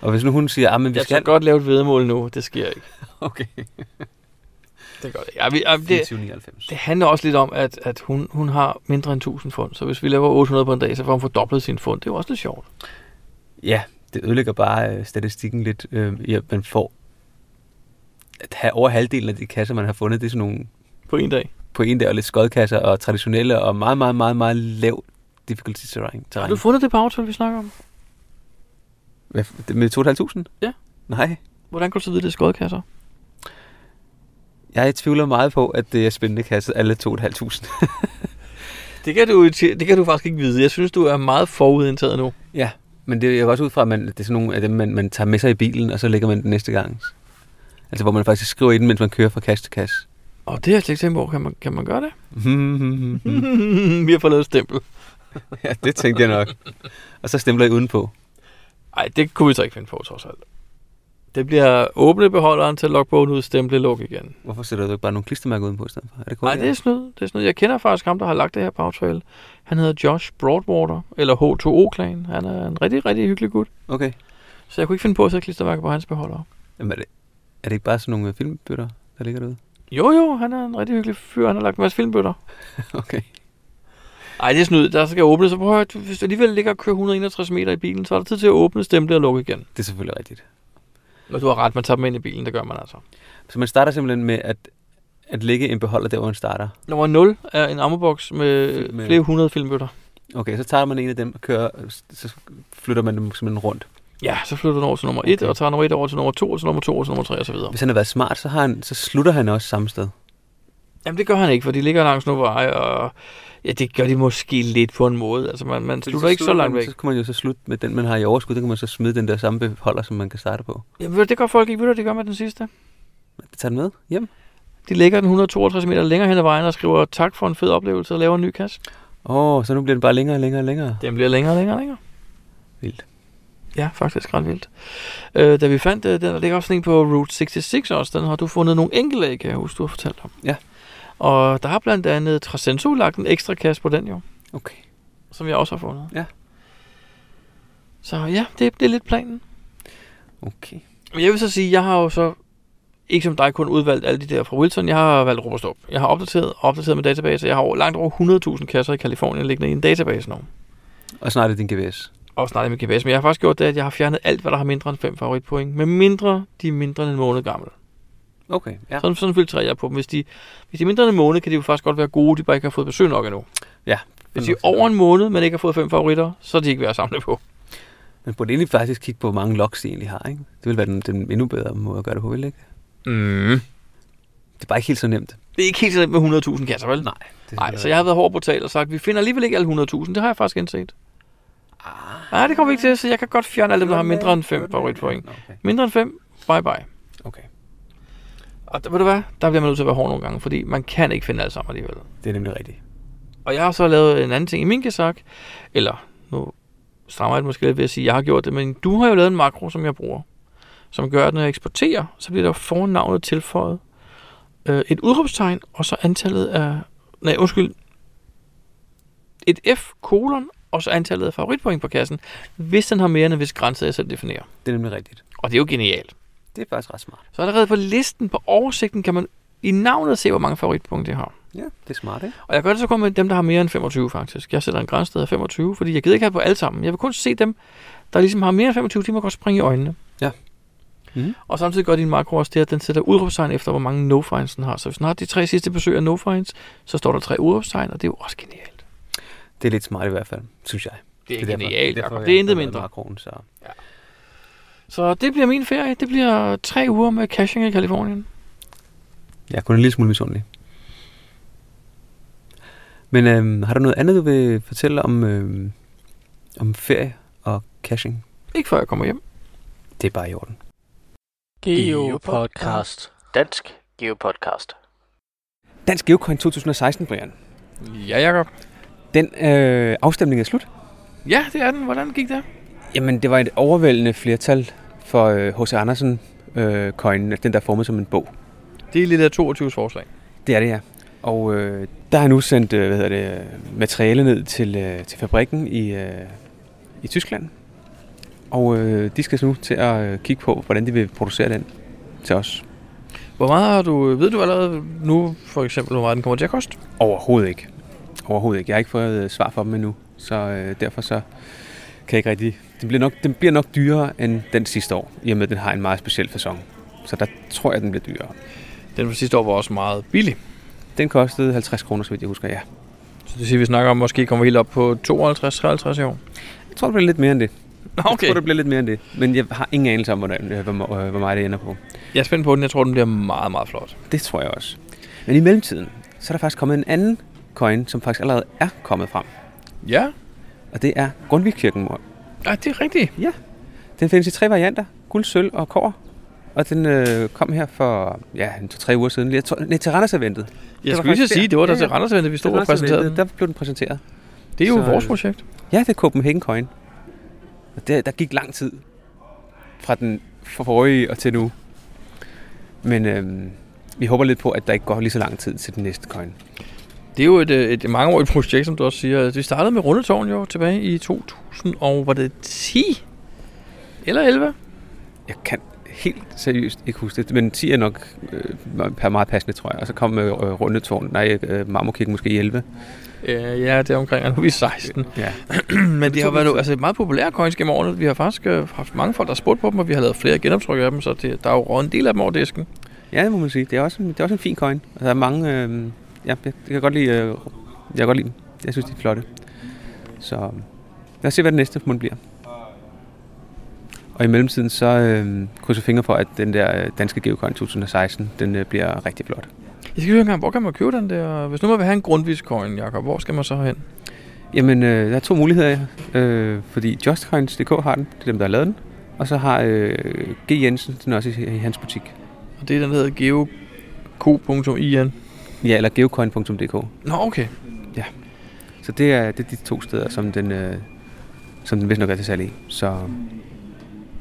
Speaker 2: Og hvis nu hun siger, ah, men vi
Speaker 1: Jeg
Speaker 2: skal...
Speaker 1: skal godt lave et vedmål nu. Det sker ikke.
Speaker 2: Okay.
Speaker 1: det gør det. Ja, vi, ja, det,
Speaker 2: 2499.
Speaker 1: det handler også lidt om, at, at hun, hun har mindre end 1000 fund, så hvis vi laver 800 på en dag, så får hun fordoblet sin fund. Det er jo også lidt sjovt.
Speaker 2: Ja, det ødelægger bare øh, statistikken lidt. Øh, i at man får at have over halvdelen af de kasser, man har fundet, det er sådan nogle
Speaker 1: På en dag.
Speaker 2: på en der og lidt skodkasser og traditionelle og meget, meget, meget, meget lav difficulty terrain.
Speaker 1: Har
Speaker 2: terrain.
Speaker 1: du fundet det på aftale, vi snakker om?
Speaker 2: Hvad f- Med 2.500?
Speaker 1: Ja.
Speaker 2: Nej,
Speaker 1: Hvordan kunne du så vide, det er skodkasser?
Speaker 2: jeg tvivler meget på, at det er spændende kasser, alle 2.500.
Speaker 1: Det kan, du, det kan du faktisk ikke vide. Jeg synes, du er meget forudindtaget nu.
Speaker 2: Ja, men det er jo også ud fra, at man, det er sådan nogle af dem, man, man tager med sig i bilen, og så lægger man den næste gang. Altså, hvor man faktisk skriver i den, mens man kører fra kasse til kasse.
Speaker 1: Og det har jeg slet ikke tænkt på. Kan man, kan man gøre det?
Speaker 2: Mhm.
Speaker 1: vi har fået lavet et stempel.
Speaker 2: ja, det tænkte jeg nok. Og så stempler jeg udenpå.
Speaker 1: Nej, det kunne vi så ikke finde på, trods alt. Det bliver åbne beholderen til logbogen ud, stemple, luk igen.
Speaker 2: Hvorfor sætter du ikke bare nogle klistermærker udenpå i stedet for? Er det
Speaker 1: Nej, det er snyd. Det er snyd. Jeg kender faktisk ham, der har lagt det her på aftale. Han hedder Josh Broadwater, eller H2O-klan. Han er en rigtig, rigtig hyggelig gut.
Speaker 2: Okay.
Speaker 1: Så jeg kunne ikke finde på at sætte klistermærker på hans beholder.
Speaker 2: Jamen, er, det, er det ikke bare sådan nogle øh, filmbøtter, der ligger derude?
Speaker 1: Jo, jo, han er en rigtig hyggelig fyr. Han har lagt en masse filmbøtter.
Speaker 2: Okay.
Speaker 1: Ej, det er snyd. Der skal åbne, så prøv at høre, du- hvis du alligevel ligger og kører 161 meter i bilen, så er der tid til at åbne, stemple og lukke igen.
Speaker 2: Det er selvfølgelig rigtigt.
Speaker 1: Og du har ret, man tager dem ind i bilen, det gør man altså.
Speaker 2: Så man starter simpelthen med at, at lægge en beholder der, hvor man starter.
Speaker 1: Nummer 0 er en ammerboks med,
Speaker 2: Med-
Speaker 1: med flere hundrede filmbøtter.
Speaker 2: Okay, så tager man en af dem og kører, øh, s- så flytter man dem simpelthen rundt.
Speaker 1: Ja, så flytter den over til nummer 1,
Speaker 2: Okay.
Speaker 1: okay. og tager nummer 1 over til nummer 2, og til nummer 2, og til nummer 3 og så videre.
Speaker 2: Hvis han har været smart, så, har han, så slutter han også samme sted.
Speaker 1: Jamen det gør han ikke, for de ligger langs nogle veje, og ja, det gør de måske lidt på en måde. Altså man, man slutter ikke så langt
Speaker 2: man,
Speaker 1: væk.
Speaker 2: Så kan man jo så slutte med den, man har i overskud. Den kan man så smide den der samme beholder, som man kan starte på.
Speaker 1: Jamen ved du, det gør folk ikke, ved du, hvad de gør med den sidste.
Speaker 2: Det tager den med hjem.
Speaker 1: De lægger den 162 meter længere hen ad vejen og skriver tak for en fed oplevelse og laver en ny kasse.
Speaker 2: Åh, oh, så nu bliver den bare længere og længere og længere.
Speaker 1: Den bliver længere og længere og længere.
Speaker 2: Vildt.
Speaker 1: Ja, faktisk ret vildt. Øh, da vi fandt øh, den, der ligger også sådan en på Route 66 også, den har du fundet nogle enkelte af, kan jeg huske, du har fortalt om.
Speaker 2: Ja.
Speaker 1: Og der har blandt andet Trasenso lagt en ekstra kasse på den jo,
Speaker 2: Okay.
Speaker 1: som jeg også har fundet.
Speaker 2: Ja.
Speaker 1: Så ja, det, det er lidt planen.
Speaker 2: Okay.
Speaker 1: Men jeg vil så sige, jeg har jo så ikke som dig kun udvalgt alle de der fra Wilson. Jeg har valgt Robert Stop. Jeg har opdateret og opdateret med database. Jeg har over, langt over 100.000 kasser i Kalifornien liggende i en database nu. Og
Speaker 2: Og snart er din GVS.
Speaker 1: og snart med GPS. Men jeg har faktisk gjort det, at jeg har fjernet alt, hvad der har mindre end 5 favoritpoint. Med mindre de er mindre end en måned gamle.
Speaker 2: Okay, ja.
Speaker 1: Sådan, sådan filtrerer jeg på dem. Hvis de, hvis de er mindre end en måned, kan de jo faktisk godt være gode. De bare ikke har fået besøg nok endnu.
Speaker 2: Ja.
Speaker 1: Hvis de er over en måned, men ikke har fået fem favoritter, så er de ikke værd at samle på.
Speaker 2: Man burde egentlig faktisk kigge på, hvor mange logs de egentlig har, ikke? Det ville være den, den endnu bedre måde at gøre det på, vil ikke?
Speaker 1: Mm.
Speaker 2: Det er bare ikke helt så nemt.
Speaker 1: Det er ikke helt sådan med 100.000 kasser, vel?
Speaker 2: Nej. Det
Speaker 1: Nej, så jeg har været hård på tal og sagt, vi finder alligevel ikke alle 100.000. Det har jeg faktisk indset.
Speaker 2: Ah.
Speaker 1: Nej, det kommer vi ikke til, så jeg kan godt fjerne alle dem, der har mindre end 5 favoritpoint.
Speaker 2: Okay.
Speaker 1: Mindre end 5, bye bye.
Speaker 2: okay.
Speaker 1: Og der, ved du hvad, der bliver man nødt til at være hård nogle gange, fordi man kan ikke finde alle sammen alligevel.
Speaker 2: Det er nemlig rigtigt.
Speaker 1: Og jeg har så lavet en anden ting i min kasak, eller nu strammer jeg det måske lidt ved at sige, at jeg har gjort det, men du har jo lavet en makro, som jeg bruger, som gør, at når jeg eksporterer, så bliver der foran navnet tilføjet øh, et udråbstegn, og så antallet af, nej undskyld, et F kolon, og så antallet af favoritpoint på kassen, hvis den har mere end en vis grænse, jeg selv definerer.
Speaker 2: Det er nemlig rigtigt.
Speaker 1: Og det er jo genialt.
Speaker 2: Det er faktisk ret smart.
Speaker 1: Så allerede på listen, på oversigten, kan man i navnet se, hvor mange favoritpoint det har.
Speaker 2: Ja, det er smart, ikke?
Speaker 1: Og jeg gør det så kun med dem, der har mere end 25 faktisk. Jeg sætter en grænse der hedder 25, fordi jeg gider ikke have på alle sammen. Jeg vil kun se dem, der ligesom har mere end 25 timer, godt springe i øjnene.
Speaker 2: Ja. Mhm.
Speaker 1: Og samtidig gør din makro også det, at den sætter udråbstegn efter, hvor mange no finds den har. Så hvis den har de tre sidste besøg af no finds, så står der tre udråbstegn, og det er jo også genialt.
Speaker 2: Det er lidt smart i hvert fald, synes jeg.
Speaker 1: Det er,
Speaker 2: derfor-
Speaker 1: genialt,
Speaker 2: derfor,
Speaker 1: Jacob.
Speaker 2: jeg
Speaker 1: Det er
Speaker 2: har
Speaker 1: intet
Speaker 2: lavet
Speaker 1: mindre.
Speaker 2: Makroen, så.
Speaker 1: Så det bliver min ferie. Det bliver tre uger med caching i Kalifornien.
Speaker 2: Jeg er kun en lille smule misundelig. Men øhm, har du noget andet, du vil fortælle om, øhm, om ferie og caching?
Speaker 1: Ikke før jeg kommer hjem.
Speaker 2: Det er bare i orden.
Speaker 3: Geopodcast. Dansk Geopodcast.
Speaker 2: Dansk Geocoin 2016, Brian.
Speaker 1: Ja, Jacob.
Speaker 2: Den øh, afstemning er slut.
Speaker 1: Ja, det er den. Hvordan gik det?
Speaker 2: Jamen, det var et overvældende flertal for øh, H.C. Andersen øh, coin, den der er formet som en bog.
Speaker 1: Det er lidt af 22 forslag.
Speaker 2: Det er det, ja. Og øh, der har nu sendt øh, hvad hedder det, øh, materiale ned til, øh, til fabrikken i, øh, i Tyskland. Og øh, de skal nu til at øh, kigge på, hvordan de vil producere den til os.
Speaker 1: Hvor meget har du... Ved du allerede nu, for eksempel, hvor meget den kommer til at koste?
Speaker 2: Overhovedet ikke. Overhovedet ikke. Jeg har ikke fået øh, svar fra dem endnu, så øh, derfor så kan jeg ikke rigtig... Den bliver, nok, den bliver nok dyrere end den sidste år, i og med, at den har en meget speciel fasong. Så der tror jeg, den bliver dyrere.
Speaker 1: Den fra sidste år var også meget billig.
Speaker 2: Den kostede 50 kroner, så vidt jeg husker, ja.
Speaker 1: Så det siger, vi snakker om, at måske kommer vi helt op på 52-53 i år.
Speaker 2: Jeg tror, det bliver lidt mere end det.
Speaker 1: Nå,
Speaker 2: Jeg tror, det bliver lidt mere end det. Men jeg har ingen anelse om, hvordan, øh, hvor, må- øh, hvor meget det ender på.
Speaker 1: Jeg er spændt på den. Jeg tror, den bliver meget, meget flot.
Speaker 2: Det tror jeg også. Men i mellemtiden, så er der faktisk kommet en anden coin, som faktisk allerede er kommet frem.
Speaker 1: Ja.
Speaker 2: Og det er Grundtvig-kirken.
Speaker 1: Ja, det er rigtigt.
Speaker 2: Den findes i tre varianter. Guld, sølv og kår. Og den øh, kom her for ja, en to-tre uger siden. Jeg tror, nej, til Randers eventet.
Speaker 1: Jeg
Speaker 2: var
Speaker 1: skulle lige
Speaker 2: faktisk
Speaker 1: så sige,
Speaker 2: der.
Speaker 1: det var der
Speaker 2: Ja,
Speaker 1: til
Speaker 2: ja.
Speaker 1: Randers Event, at vi stod og præsenterede den.
Speaker 2: Der blev den præsenteret.
Speaker 1: Det er jo
Speaker 2: Så,
Speaker 1: vores
Speaker 2: øh,
Speaker 1: projekt.
Speaker 2: Ja, det er Copenhagen Coin. Og der, der gik lang tid fra den forrige og til nu. Men øhm, vi håber lidt på, at der ikke går lige så lang tid til den næste coin.
Speaker 1: Det er jo et, øh, et mangeårigt projekt, som du også siger. Vi startede med Rundetårn jo tilbage i 2000, og var det 10 eller 11?
Speaker 2: Jeg kan helt seriøst ikke huske det, men 10 er nok øh, per meget passende, tror jeg. Og så kom øh, Rundetårn, nej, øh, Marmorkirken måske i 11.
Speaker 1: Øh, ja, det er omkring, og nu er vi 16.
Speaker 2: Ja.
Speaker 1: Men det har
Speaker 2: betyder
Speaker 1: været
Speaker 2: lidt.
Speaker 1: altså, et meget populært coins gennem årene. Vi har faktisk øh, haft mange folk, der har spurgt på dem, og vi har lavet flere genoptryk af dem, så det, der er jo røget en del af dem over disken.
Speaker 2: Ja, det må man sige. Det er også en, det er også en fin coin. Og Der er mange... Øh, ja, jeg, jeg kan godt lide... Øh, jeg kan godt lide dem. Jeg synes, de er flotte. Så øh, lad os se, hvad den næste mund bliver. Og i mellemtiden så øh, krydser jeg fingre for, at den der øh, danske Geocoin 2016, den øh, bliver rigtig flot.
Speaker 1: Jeg skal lige høre engang, hvor kan man købe den der? Hvis nu man vil have en grundvis coin, Jacob, hvor skal man så hen?
Speaker 2: Jamen, øh, der er to muligheder, øh, fordi JustCoins.dk har den, det er dem, der har lavet den, og så har øh, G. Jensen den også i, i hans butik.
Speaker 1: Og det er den, der hedder geoko.in.
Speaker 2: Ja, eller geocoin.dk.
Speaker 1: Nå, okay.
Speaker 2: Så det er, det er de to steder, som den, øh, som den vist nok er til salg i. Så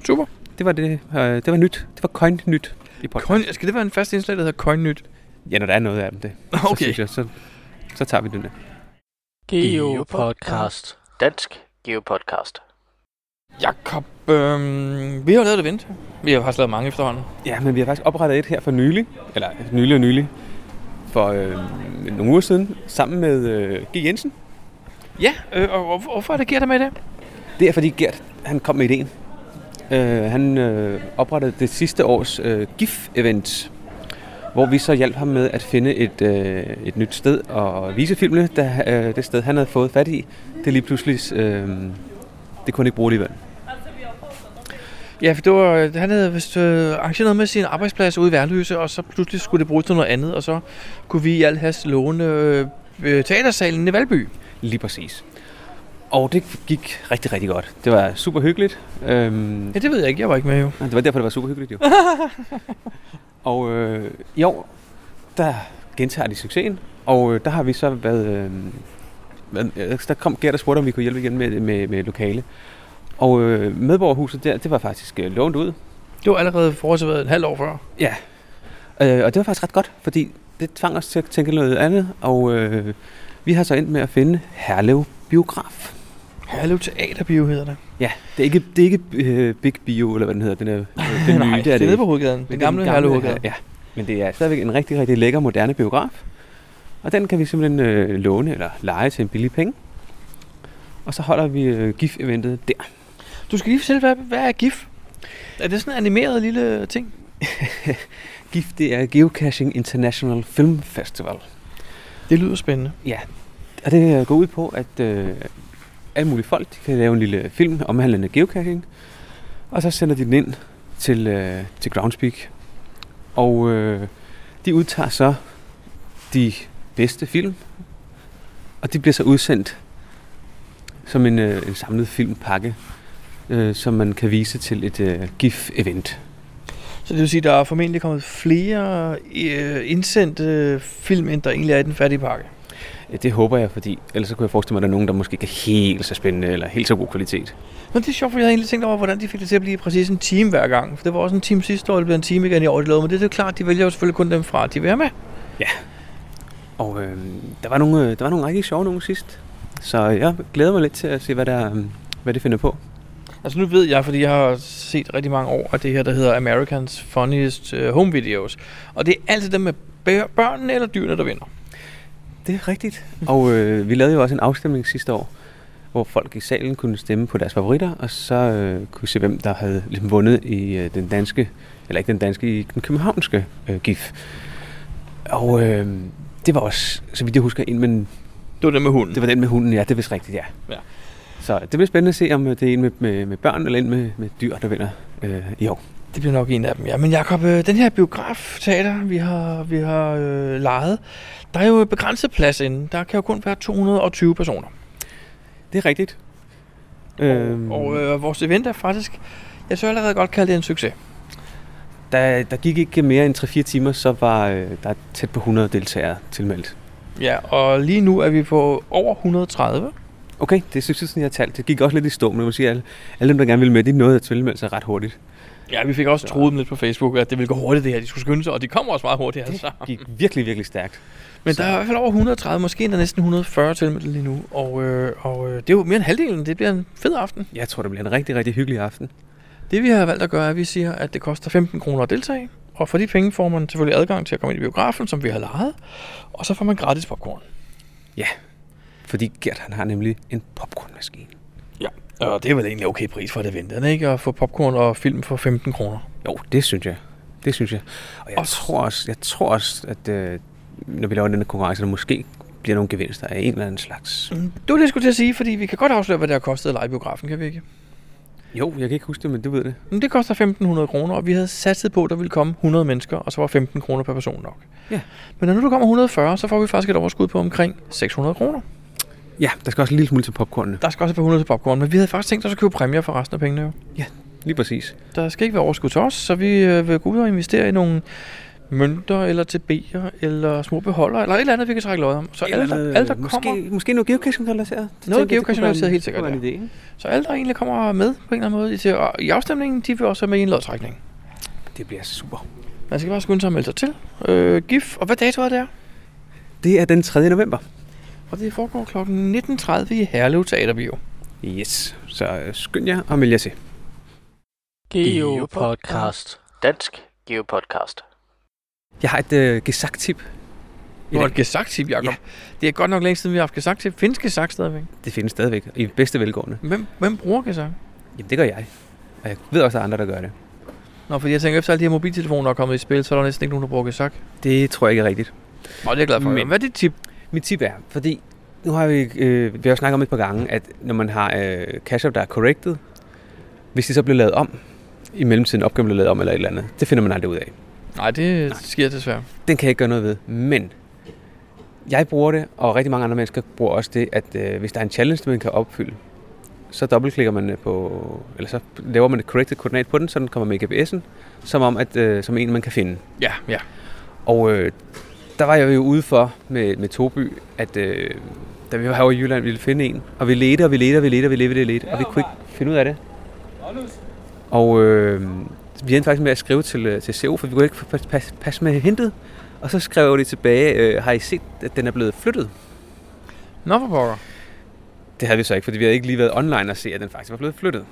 Speaker 1: Super.
Speaker 2: det var det. Øh, det var nyt. Det var coin nyt i podcast.
Speaker 1: Coin, skal det være en fast indslag, der hedder Coin Nyt?
Speaker 2: Ja, når der er noget af dem, det. Så,
Speaker 1: Okay.
Speaker 2: synes jeg, så, så tager vi den der.
Speaker 3: Geo Podcast. Dansk Geo Podcast.
Speaker 1: Jakob, øhm, vi har jo lavet et event. Vi har faktisk lavet mange efterhånden.
Speaker 2: Ja, men vi har faktisk oprettet et her for nylig. Eller nylig og nylig. For øh, nogle uger siden. Sammen med øh, G. Jensen.
Speaker 1: Ja, øh, og hvor- hvorfor er det Gert der med i det?
Speaker 2: Det er fordi Gert, han kom med ideen. Øh, han øh, oprettede det sidste års øh, GIF-event, hvor vi så hjalp ham med at finde et, øh, et nyt sted at vise filmene, da øh, det sted, han havde fået fat i, det lige pludselig, øh, det kunne han ikke bruge alligevel.
Speaker 1: Ja, for det var, han havde vist øh, arrangeret noget med sin arbejdsplads ude i Værløse, og så pludselig skulle det bruges til noget andet, og så kunne vi i al hast låne øh, øh, teatersalen i Valby.
Speaker 2: Lige præcis. Og det gik rigtig, rigtig godt. Det var super hyggeligt. Øhm,
Speaker 1: Ja, det ved jeg ikke. Jeg var ikke med jo.
Speaker 2: Nej, Det var derfor, det var super hyggeligt jo. og øh, i år, der gentager de succesen, og øh, der har vi så været... Øh, været- øh, der kom Gert og spurgte, om vi kunne hjælpe igen med, med, med lokale. Og øh, medborgerhuset der, det var faktisk øh, lånt ud.
Speaker 1: Det var allerede forreserveret en halv år før.
Speaker 2: Øh, og det var faktisk ret godt, fordi det tvang os til at tænke noget andet, og øh, vi har så endt med at finde Herlev Biograf.
Speaker 1: Herlev Teaterbio hedder det.
Speaker 2: Ja, det er ikke, det er ikke øh, Big Bio, eller hvad den hedder, den, er, øh, den nye,
Speaker 1: Nej,
Speaker 2: det er det
Speaker 1: nede
Speaker 2: ikke.
Speaker 1: på hovedgaden. Den
Speaker 2: Men
Speaker 1: gamle, gamle Herlev hovedgade.
Speaker 2: Ja, men det er stadigvæk en rigtig, rigtig lækker, moderne biograf. Og den kan vi simpelthen øh, låne eller lege til en billig penge. Og så holder vi øh, GIF-eventet der.
Speaker 1: Du skal lige fortælle, hvad, hvad er GIF? Er det sådan en animeret lille ting?
Speaker 2: GIF, det er Geocaching International Film Festival.
Speaker 1: Det lyder spændende.
Speaker 2: Og det går ud på, at øh, alle mulige folk de kan lave en lille film omhandlende geocaching. Og så sender de den ind til, øh, til Groundspeak. Og øh, de udtager så de bedste film. Og de bliver så udsendt som en, øh, en samlet filmpakke, øh, som man kan vise til et øh, GIF-event.
Speaker 1: Så det vil sige, at der er formentlig kommet flere øh, indsendte film, end der egentlig er i den færdige pakke.
Speaker 2: Ja, Det håber jeg, fordi ellers så kunne jeg forestille mig, at der er nogen, der måske ikke er helt så spændende eller helt så god kvalitet.
Speaker 1: Men det er sjovt, for jeg havde egentlig tænkt over, hvordan de fik det til at blive præcis en time hver gang. For det var også en time sidste år, det blev en time igen i år, de lavede, men det er jo klart, de vælger jo selvfølgelig kun dem fra, de vil have med.
Speaker 2: Og øh, der, var nogle, øh, der var nogle rigtig sjove nogle sidst. Så jeg glæder mig lidt til at se, hvad, der, øh, hvad det øh, finder på.
Speaker 1: Altså nu ved jeg, fordi jeg har set rigtig mange år af det her, der hedder Americans Funniest øh, Home Videos. Og det er altid dem med bør- børnene eller dyrene, der vinder.
Speaker 2: Det er rigtigt. Og øh, vi lavede jo også en afstemning sidste år, hvor folk i salen kunne stemme på deres favoritter, og så øh, kunne se, hvem der havde ligesom, vundet i øh, den danske, eller ikke den danske, i den københavnske øh, GIF. Og øh, det var også, så vidt jeg husker, en, men
Speaker 1: Det var dem med hunden.
Speaker 2: det var den med hunden, ja, det er vist rigtigt, Mm. ja.
Speaker 1: Ja.
Speaker 2: Så det bliver spændende at se, om øh, det er en med, med, med børn eller en med, med dyr, der vinder øh, i år.
Speaker 1: Det bliver nok en af dem, ja. Men Jacob, øh, den her biografteater, vi har, vi har øh, lejet, der er jo begrænset plads inde. Der kan jo kun være 220 personer.
Speaker 2: Det er rigtigt.
Speaker 1: Øhm. Og øh, vores event er faktisk, jeg tør allerede godt kalde det en succes.
Speaker 2: Der, der gik ikke mere end 3-4 timer, så var øh, der tæt på 100 deltagere tilmeldt.
Speaker 1: Ja, og lige nu er vi på over 130.
Speaker 2: Okay, det er succesen, jeg har talt. Det gik også lidt i stå, men jeg må sige, at alle, alle dem, der gerne ville med, de nåede at tilmelde sig ret hurtigt.
Speaker 1: Ja, vi fik også
Speaker 2: Så-
Speaker 1: troet dem lidt på Facebook, at det ville gå hurtigt det her. De skulle skynde sig, og de kommer også meget hurtigt. Altså.
Speaker 2: Det gik virkelig, virkelig stærkt.
Speaker 1: Men der er i hvert fald over 130, måske endda næsten 140 tilmeldte lige nu. Og, øh, og øh, det er jo mere end halvdelen. Det bliver en fed aften.
Speaker 2: Jeg tror, det bliver en rigtig, rigtig hyggelig aften.
Speaker 1: Det vi har valgt at gøre, er, at vi siger, at det koster 15 kroner at deltage. Og for de penge får man selvfølgelig adgang til at komme ind i biografen, som vi har lejet. Og så får man gratis popcorn.
Speaker 2: Fordi Gert, han har nemlig en popcornmaskine.
Speaker 1: Og det er vel egentlig okay pris for det venterne, ikke? At få popcorn og film for 15 kroner.
Speaker 2: Jo, det synes jeg. Det synes jeg. Og jeg,
Speaker 1: Og-
Speaker 2: tror, også, jeg tror også, at øh, når vi laver den her konkurrence, der måske bliver nogle gevinster af en eller anden slags.
Speaker 1: Mm, Det var det, jeg skulle til at sige, fordi vi kan godt afsløre, hvad det har kostet at lege i biografen, kan vi ikke?
Speaker 2: Jo, jeg kan ikke huske det, men du ved det.
Speaker 1: Men det koster 1.500 kroner, og vi havde satset på, at der ville komme 100 mennesker, og så var 15 kroner per person nok.
Speaker 2: Ja.
Speaker 1: Men når nu der kommer 140, så får vi faktisk et overskud på omkring 600 kroner.
Speaker 2: Ja, der skal også en lille smule til popcornene.
Speaker 1: Der skal også et par 100 til popcorn, men vi havde faktisk tænkt os at købe præmier for resten af pengene jo.
Speaker 2: Lige præcis.
Speaker 1: Der skal ikke være overskud til os, så vi øh, vil gå ud og investere i nogle mønter, eller TB'er, eller små beholder, eller et eller andet, vi kan trække lod om. Så alle, der, alle, der
Speaker 2: måske,
Speaker 1: kommer,
Speaker 2: Måske noget geocaching-relateret. Det
Speaker 1: Noget
Speaker 2: tænker jeg, det kunne være en-
Speaker 1: geocaching-relateret, helt sikkert,
Speaker 2: kunne være en idé,
Speaker 1: så alle, der egentlig kommer med på en eller anden måde i- til, og i afstemningen, de vil også være med i en lodtrækning.
Speaker 2: ikke? Det bliver super.
Speaker 1: Man skal bare skynde sig at melde sig til. Øh, GIF, og hvad dato er det her?
Speaker 2: Det er den 3. november.
Speaker 1: Og det foregår kl. 19.30 i Herlev Teaterbio.
Speaker 2: Yes, så øh, skynd jer og meld jer til.
Speaker 3: Geo Podcast. Dansk Geo Podcast.
Speaker 2: Jeg har et øh, gesagt-tip.
Speaker 1: Du har et gesagt-tip, Jacob.
Speaker 2: Ja.
Speaker 1: Ja. Det er godt nok længe siden, vi har haft gesagt-tip. Findes gesagt stadigvæk.
Speaker 2: Det findes stadigvæk i bedste velgående.
Speaker 1: Hvem, hvem bruger gesagt?
Speaker 2: Jamen, det gør jeg. Og jeg ved også, at der er andre, der gør det.
Speaker 1: Nå, fordi jeg tænker, efter alle de her mobiltelefoner er kommet i spil, så er der næsten ikke nogen, der bruger gesagt.
Speaker 2: Det tror jeg ikke er rigtigt.
Speaker 1: Og det er jeg glad for.
Speaker 2: Men-
Speaker 1: Men. Hvad er dit tip?
Speaker 2: Mit tip er, fordi nu har vi, øh, vi har jo snakket om et par gange, at når man har øh, cash der er corrected, hvis de så bliver lavet om, i mellemtiden opgaven bliver lavet om eller et eller andet, det finder man aldrig ud af.
Speaker 1: Nej, det
Speaker 2: Nej.
Speaker 1: Nej. sker desværre.
Speaker 2: Den kan jeg ikke gøre noget ved. Men jeg bruger det, og rigtig mange andre mennesker bruger også det, at øh, hvis der er en challenge, man kan opfylde, så dobbeltklikker man øh, på, eller så laver man et corrected koordinat på den, så den kommer med i GPS'en, som om at, øh, som en, man kan finde.
Speaker 1: Ja, ja.
Speaker 2: Og øh, der var jeg jo ude for med, med Toby, at øh, da vi var herovre i Jylland, ville finde en. Og vi ledte, og vi ledte, og vi ledte, og vi ledte, og vi ledte, og vi kunne ikke finde ud af det. Og øh, vi endte faktisk med at skrive til, øh, til CO, for vi kunne ikke passe pas, pas med hentet. Og så skrev de tilbage, øh, har I set, at den er blevet flyttet?
Speaker 1: Nå for pokker.
Speaker 2: Det havde vi så ikke, fordi vi havde ikke lige været online og se, at den faktisk var blevet flyttet.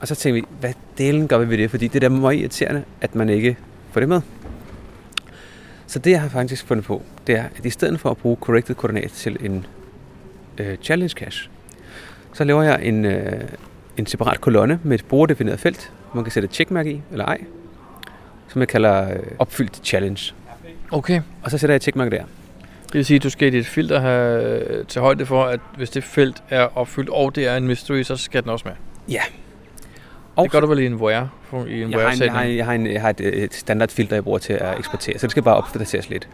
Speaker 2: Og så tænkte vi, hvad delen gør vi ved det? Fordi det er da meget irriterende, at man ikke får det med. Så det, jeg har faktisk fundet på, det er, at i stedet for at bruge corrected koordinat til en øh, challenge cache, så laver jeg en, øh, en separat kolonne med et brugerdefineret felt, hvor man kan sætte et checkmark i, eller ej, som jeg kalder øh, opfyldt challenge.
Speaker 1: Okay.
Speaker 2: Og så sætter jeg et checkmark der.
Speaker 1: Det vil sige, at du skal i dit filter have øh, til højde for, at hvis det felt er opfyldt, og det er en mystery, så skal den også med.
Speaker 2: Og
Speaker 1: Det gør du vel i en voyeur, i en
Speaker 2: Jeg har, en, jeg, har
Speaker 1: voyeur
Speaker 2: en, jeg, har en, jeg har et, øh, et standardfilter, jeg bruger til at eksportere, så det skal bare opdateres lidt.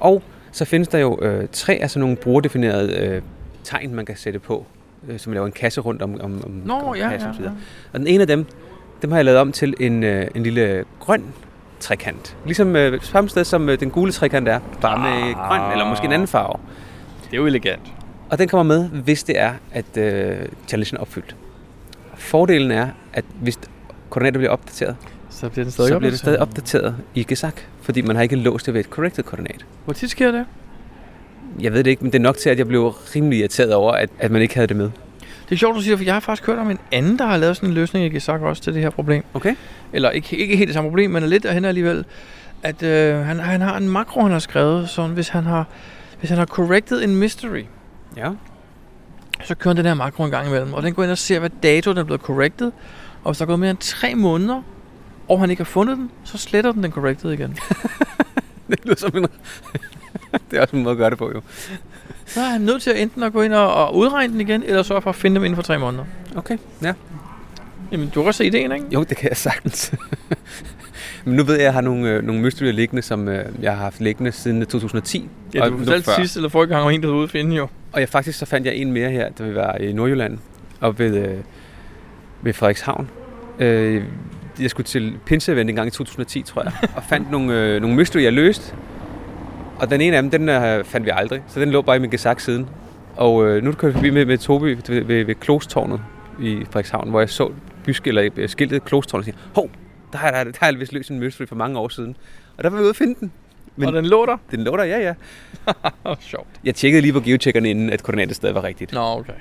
Speaker 2: Og så findes der jo øh, tre af sådan nogle brugerdefinerede øh, tegn, man kan sætte på, øh, som laver en kasse rundt om, om, om,
Speaker 1: Nå,
Speaker 2: om
Speaker 1: ja,
Speaker 2: kassen
Speaker 1: ja,
Speaker 2: og så
Speaker 1: ja.
Speaker 2: videre. Og den ene af dem, dem har jeg lavet om til en, øh, en lille grøn trekant. Ligesom øh, samme sted, som øh, den gule trekant er, bare med
Speaker 1: Ah.
Speaker 2: grøn eller måske en anden farve.
Speaker 1: Det er jo elegant.
Speaker 2: Og den kommer med, hvis det er, at øh, challengen er opfyldt. Fordelen er, at hvis koordinater bliver opdateret,
Speaker 1: Så bliver den
Speaker 2: så,
Speaker 1: stadig
Speaker 2: så bliver det stadig
Speaker 1: opdateret.
Speaker 2: opdateret i GESAC, fordi man har ikke låst det ved et corrected koordinat.
Speaker 1: Hvor tit sker det?
Speaker 2: Jeg ved det ikke, men det er nok til, at jeg blev rimelig irriteret over, at, at man ikke havde det med.
Speaker 1: Det Det er sjovt, du siger, for jeg har faktisk hørt om en anden, der har lavet sådan en løsning, jeg kan sagt også til det her problem.
Speaker 2: Okay.
Speaker 1: Eller ikke, ikke helt det samme problem, men er lidt derhen alligevel. At øh, han, han har en makro, han har skrevet, sådan hvis han har, hvis han har corrected en mystery,
Speaker 2: Ja.
Speaker 1: så kører han den her makro en gang imellem, og den går ind og ser, hvad dato den er blevet corrected. Og hvis der er gået mere end tre måneder, og han ikke har fundet den, så sletter den den corrected igen.
Speaker 2: Det lyder som en... det er også en måde at gøre det på, jo.
Speaker 1: Så er han nødt til at enten at gå ind og, og udregne den igen, eller sørge for at finde dem inden for tre måneder.
Speaker 2: Okay, ja.
Speaker 1: Jamen, du kan godt se ideen, ikke?
Speaker 2: Jo, det kan jeg sagtens. Men nu ved jeg, at jeg har nogle, øh, nogle mysterier liggende, som øh, jeg har haft liggende siden 2010.
Speaker 1: Ja,
Speaker 2: og
Speaker 1: du
Speaker 2: nu
Speaker 1: fortalte
Speaker 2: før.
Speaker 1: sidst, eller forrige gang, om en, der var ude at finde jo.
Speaker 2: Og jeg, faktisk så fandt jeg en mere her, der vil være i Nordjylland, og ved, øh, ved Frederikshavn. Øh, jeg skulle til Pinseevent en gang i 2010, tror jeg, og fandt nogle, øh, nogle mystery, jeg løste. Og den ene af dem, den øh, fandt vi aldrig, så den lå bare i min gesak siden. Og øh, nu kører vi forbi med, med Toby ved, ved, ved Klostårnet i Frederikshavn, hvor jeg så bysk, eller, øh, skiltet Klostårnet og siger, hov, der har, der, der har jeg vist løst en mystery for mange år siden. Og der var vi ude at finde den. Men-
Speaker 1: Men... Og den lå der.
Speaker 2: Den lå der, ja, ja.
Speaker 1: Åh, sjovt.
Speaker 2: Jeg tjekkede lige på geocheckerne, inden at koordinatet stadig var rigtigt.
Speaker 1: Nå, okay.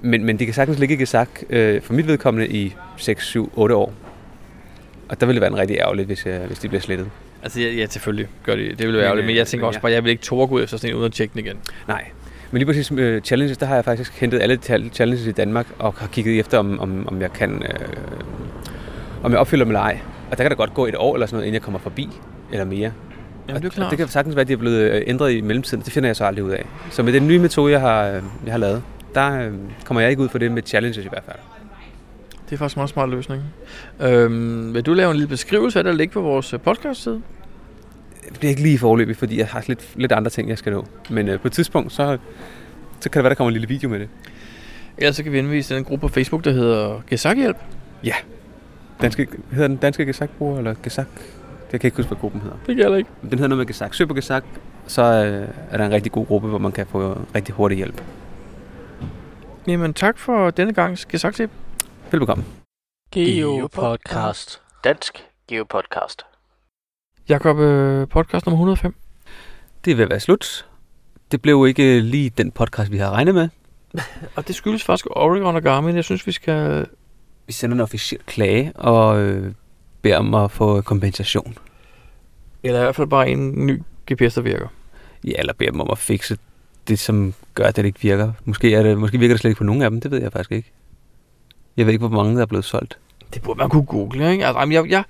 Speaker 2: Men, men det kan sagtens ligge i Gesak øh, for mit vedkommende i 6, 7, 8 år. Og der ville det være en rigtig ærgerligt, hvis, jeg, hvis de bliver slettet.
Speaker 1: Altså, ja, ja selvfølgelig gør det. Det ville
Speaker 2: Men,
Speaker 1: være ærgerligt, men
Speaker 2: øh,
Speaker 1: jeg tænker
Speaker 2: men
Speaker 1: også
Speaker 2: ja.
Speaker 1: bare, jeg vil ikke tåre gå ud efter sådan en, uden at tjekke den igen.
Speaker 2: Nej. Men lige præcis øh, challenges, der har jeg faktisk hentet alle tal- challenges i Danmark og har kigget efter, om, om, om jeg kan... Øh, om jeg opfylder dem eller ej. Og der kan da godt gå et år eller sådan noget, inden jeg kommer forbi eller mere.
Speaker 1: Jamen, det er
Speaker 2: Og- og
Speaker 1: klart.
Speaker 2: det kan sagtens være, at de er blevet øh, ændret i mellemtiden. Det finder jeg så aldrig ud af. Så med den nye metode, jeg har, øh, jeg har lavet, der øh, kommer jeg ikke ud for det med challenges i hvert fald.
Speaker 1: Det er faktisk en meget smart løsning. Øhm, vil du lave en lille beskrivelse af det, der ligger på vores øh, podcast-side?
Speaker 2: Det bliver ikke lige i forløbet, fordi jeg har lidt, lidt andre ting, jeg skal nå. Men øh, på et tidspunkt, så, så kan det være, der kommer en lille video med det.
Speaker 1: Ellers så kan vi henvise til den gruppe på Facebook, der hedder Gesakhjælp.
Speaker 2: Danske, hedder den Danske Gesakbruger, eller Gesak? Jeg kan ikke huske, hvad gruppen hedder.
Speaker 1: Det gælder ikke.
Speaker 2: Men Den hedder noget med Gesak. Søg på Gesak, så øh, er der en rigtig god gruppe, hvor man kan få rigtig hurtig hjælp.
Speaker 1: Jamen, tak for denne gangs Gesaktip.
Speaker 2: Velbekomme.
Speaker 3: Geopodcast. Dansk Geopodcast.
Speaker 1: Jakob, øh, podcast nummer 105.
Speaker 2: Det er ved at være slut. Det blev ikke øh, lige den podcast, vi har regnet med.
Speaker 1: Og det skyldes faktisk Oregon og Garmin. Jeg synes, vi skal...
Speaker 2: Vi sender en officiel klage og øh, beder om at få kompensation.
Speaker 1: Eller i hvert fald bare en ny GPS, der virker.
Speaker 2: Ja, eller beder dem om at fikse det, som gør, at det ikke virker. Måske, er det, måske virker det slet ikke på nogen af dem, det ved jeg faktisk ikke. Jeg ved ikke, hvor mange der er blevet solgt.
Speaker 1: Det burde man kunne google, ikke? Altså, jamen, jeg, jeg,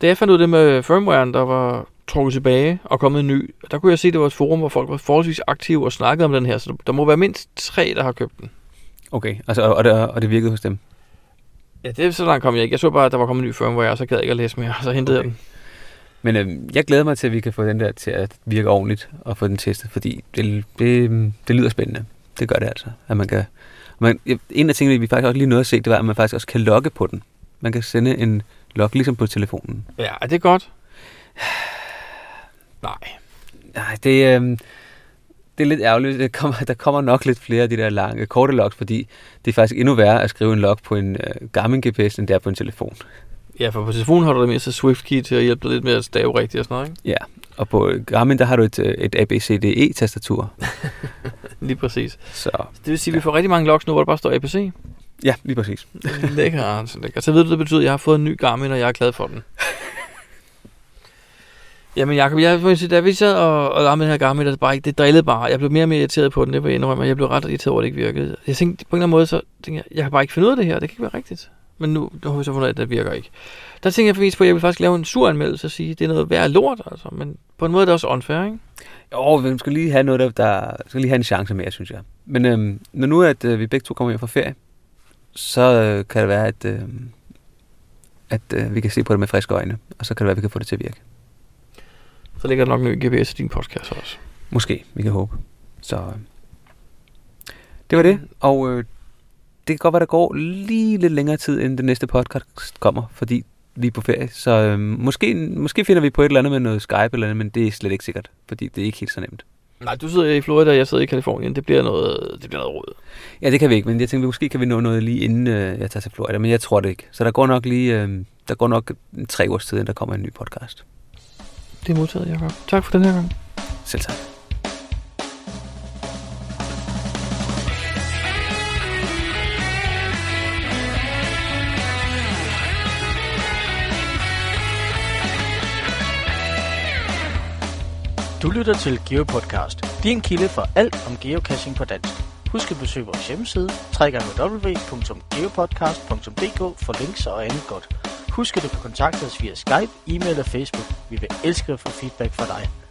Speaker 1: da jeg fandt ud af det med firmwaren, der var trukket tilbage og kommet en ny, der kunne jeg se, at det var et forum, hvor folk var forholdsvis aktive og snakkede om den her, så der må være mindst tre, der har købt den.
Speaker 2: Okay, altså, og, og, det, og det virkede hos dem.
Speaker 1: Ja, det er så langt kom jeg ikke. Jeg så bare, at der var kommet en ny firmware, og så gad jeg ikke at læse mere, og så hentede okay.
Speaker 2: Okay.
Speaker 1: jeg den.
Speaker 2: Men øh, jeg glæder mig til, at vi kan få den der til at virke ordentligt og få den testet, fordi det, det, det lyder spændende. Det gør det altså. At man kan, man, jeg- en af tingene, vi faktisk også lige nåede at se, det var, at man faktisk også kan logge på den. Man kan sende en log, ligesom på telefonen.
Speaker 1: Ja, er det godt? Nej.
Speaker 2: Nej, det, øh, det er lidt ærgerligt. Der kommer, der kommer nok lidt flere af de der lange, korte logs, fordi det er faktisk endnu værre at skrive en log på en øh, Garmin GPS, end det er på en telefon.
Speaker 1: Ja, for på telefonen har du det mindste SwiftKey til at hjælpe dig lidt med at stave rigtigt og sådan noget, ikke?
Speaker 2: Og på Garmin, der har du et, øh, et ABCDE-tastatur.
Speaker 1: Lige præcis.
Speaker 2: Så
Speaker 1: Det vil sige, at vi får rigtig mange logs nu, hvor der bare står APC.
Speaker 2: ja, lige præcis.
Speaker 1: Lækkert, lækkert. Så ved du, det betyder, at Altså, jeg har fået en ny Garmin, og jeg er glad for den. Jamen Jacob, jeg må sige, da vi sad og, og lavede den her Garmin, der bare ikke, det drillede bare. Jeg blev mere og mere irriteret på den, det var jeg indrømme, og jeg blev ret irriteret over, at det ikke virkede. Jeg tænkte på en eller anden måde, så tænkte jeg, jeg kan bare ikke finde ud af det her, det kan ikke være rigtigt. Men nu, nu har vi så fundet ud af, at det virker ikke. Der tænkte jeg faktisk på, at jeg vil faktisk lave en sur anmeldelse og sige, at det er noget værd lort, altså. Men på en måde er det også unfair, ikke?
Speaker 2: Jo, vi skal lige have noget, der, der skal lige have en chance mere, synes jeg. Men øhm, når nu at øh, vi begge to kommer hjem fra ferie, så øh, kan det være, at, øh, at øh, vi kan se på det med friske øjne, og så kan det være, at vi kan få det til at virke.
Speaker 1: Så ligger der nok en ny GPS i din podcast også.
Speaker 2: Måske, vi kan håbe. Så øh, det var det, og øh, det kan godt være, der går lige lidt længere tid, inden den næste podcast kommer, fordi vi er på ferie. Så øh, måske, måske finder vi på et eller andet med noget Skype eller andet, men det er slet ikke sikkert, fordi det er ikke helt så nemt.
Speaker 1: Nej, du sidder i Florida, og jeg sidder i Kalifornien. Det bliver noget, det bliver noget råd.
Speaker 2: Ja, det kan vi ikke, men jeg tænkte, måske kan vi nå noget lige inden øh, jeg tager til Florida, men jeg tror det ikke. Så der går nok lige, øh, der går nok tre års tid, inden der kommer en ny podcast.
Speaker 1: Det er modtaget, Jacob. Tak for den her gang.
Speaker 2: Selv tak.
Speaker 4: Thank
Speaker 3: Du lytter til GeoPodcast, din kilde for alt om geocaching på dansk. Husk at besøge vores hjemmeside, www.geopodcast.dk for links og andet godt. Husk at du kan kontakte os via Skype, e-mail og Facebook. Vi vil elske at få feedback fra dig.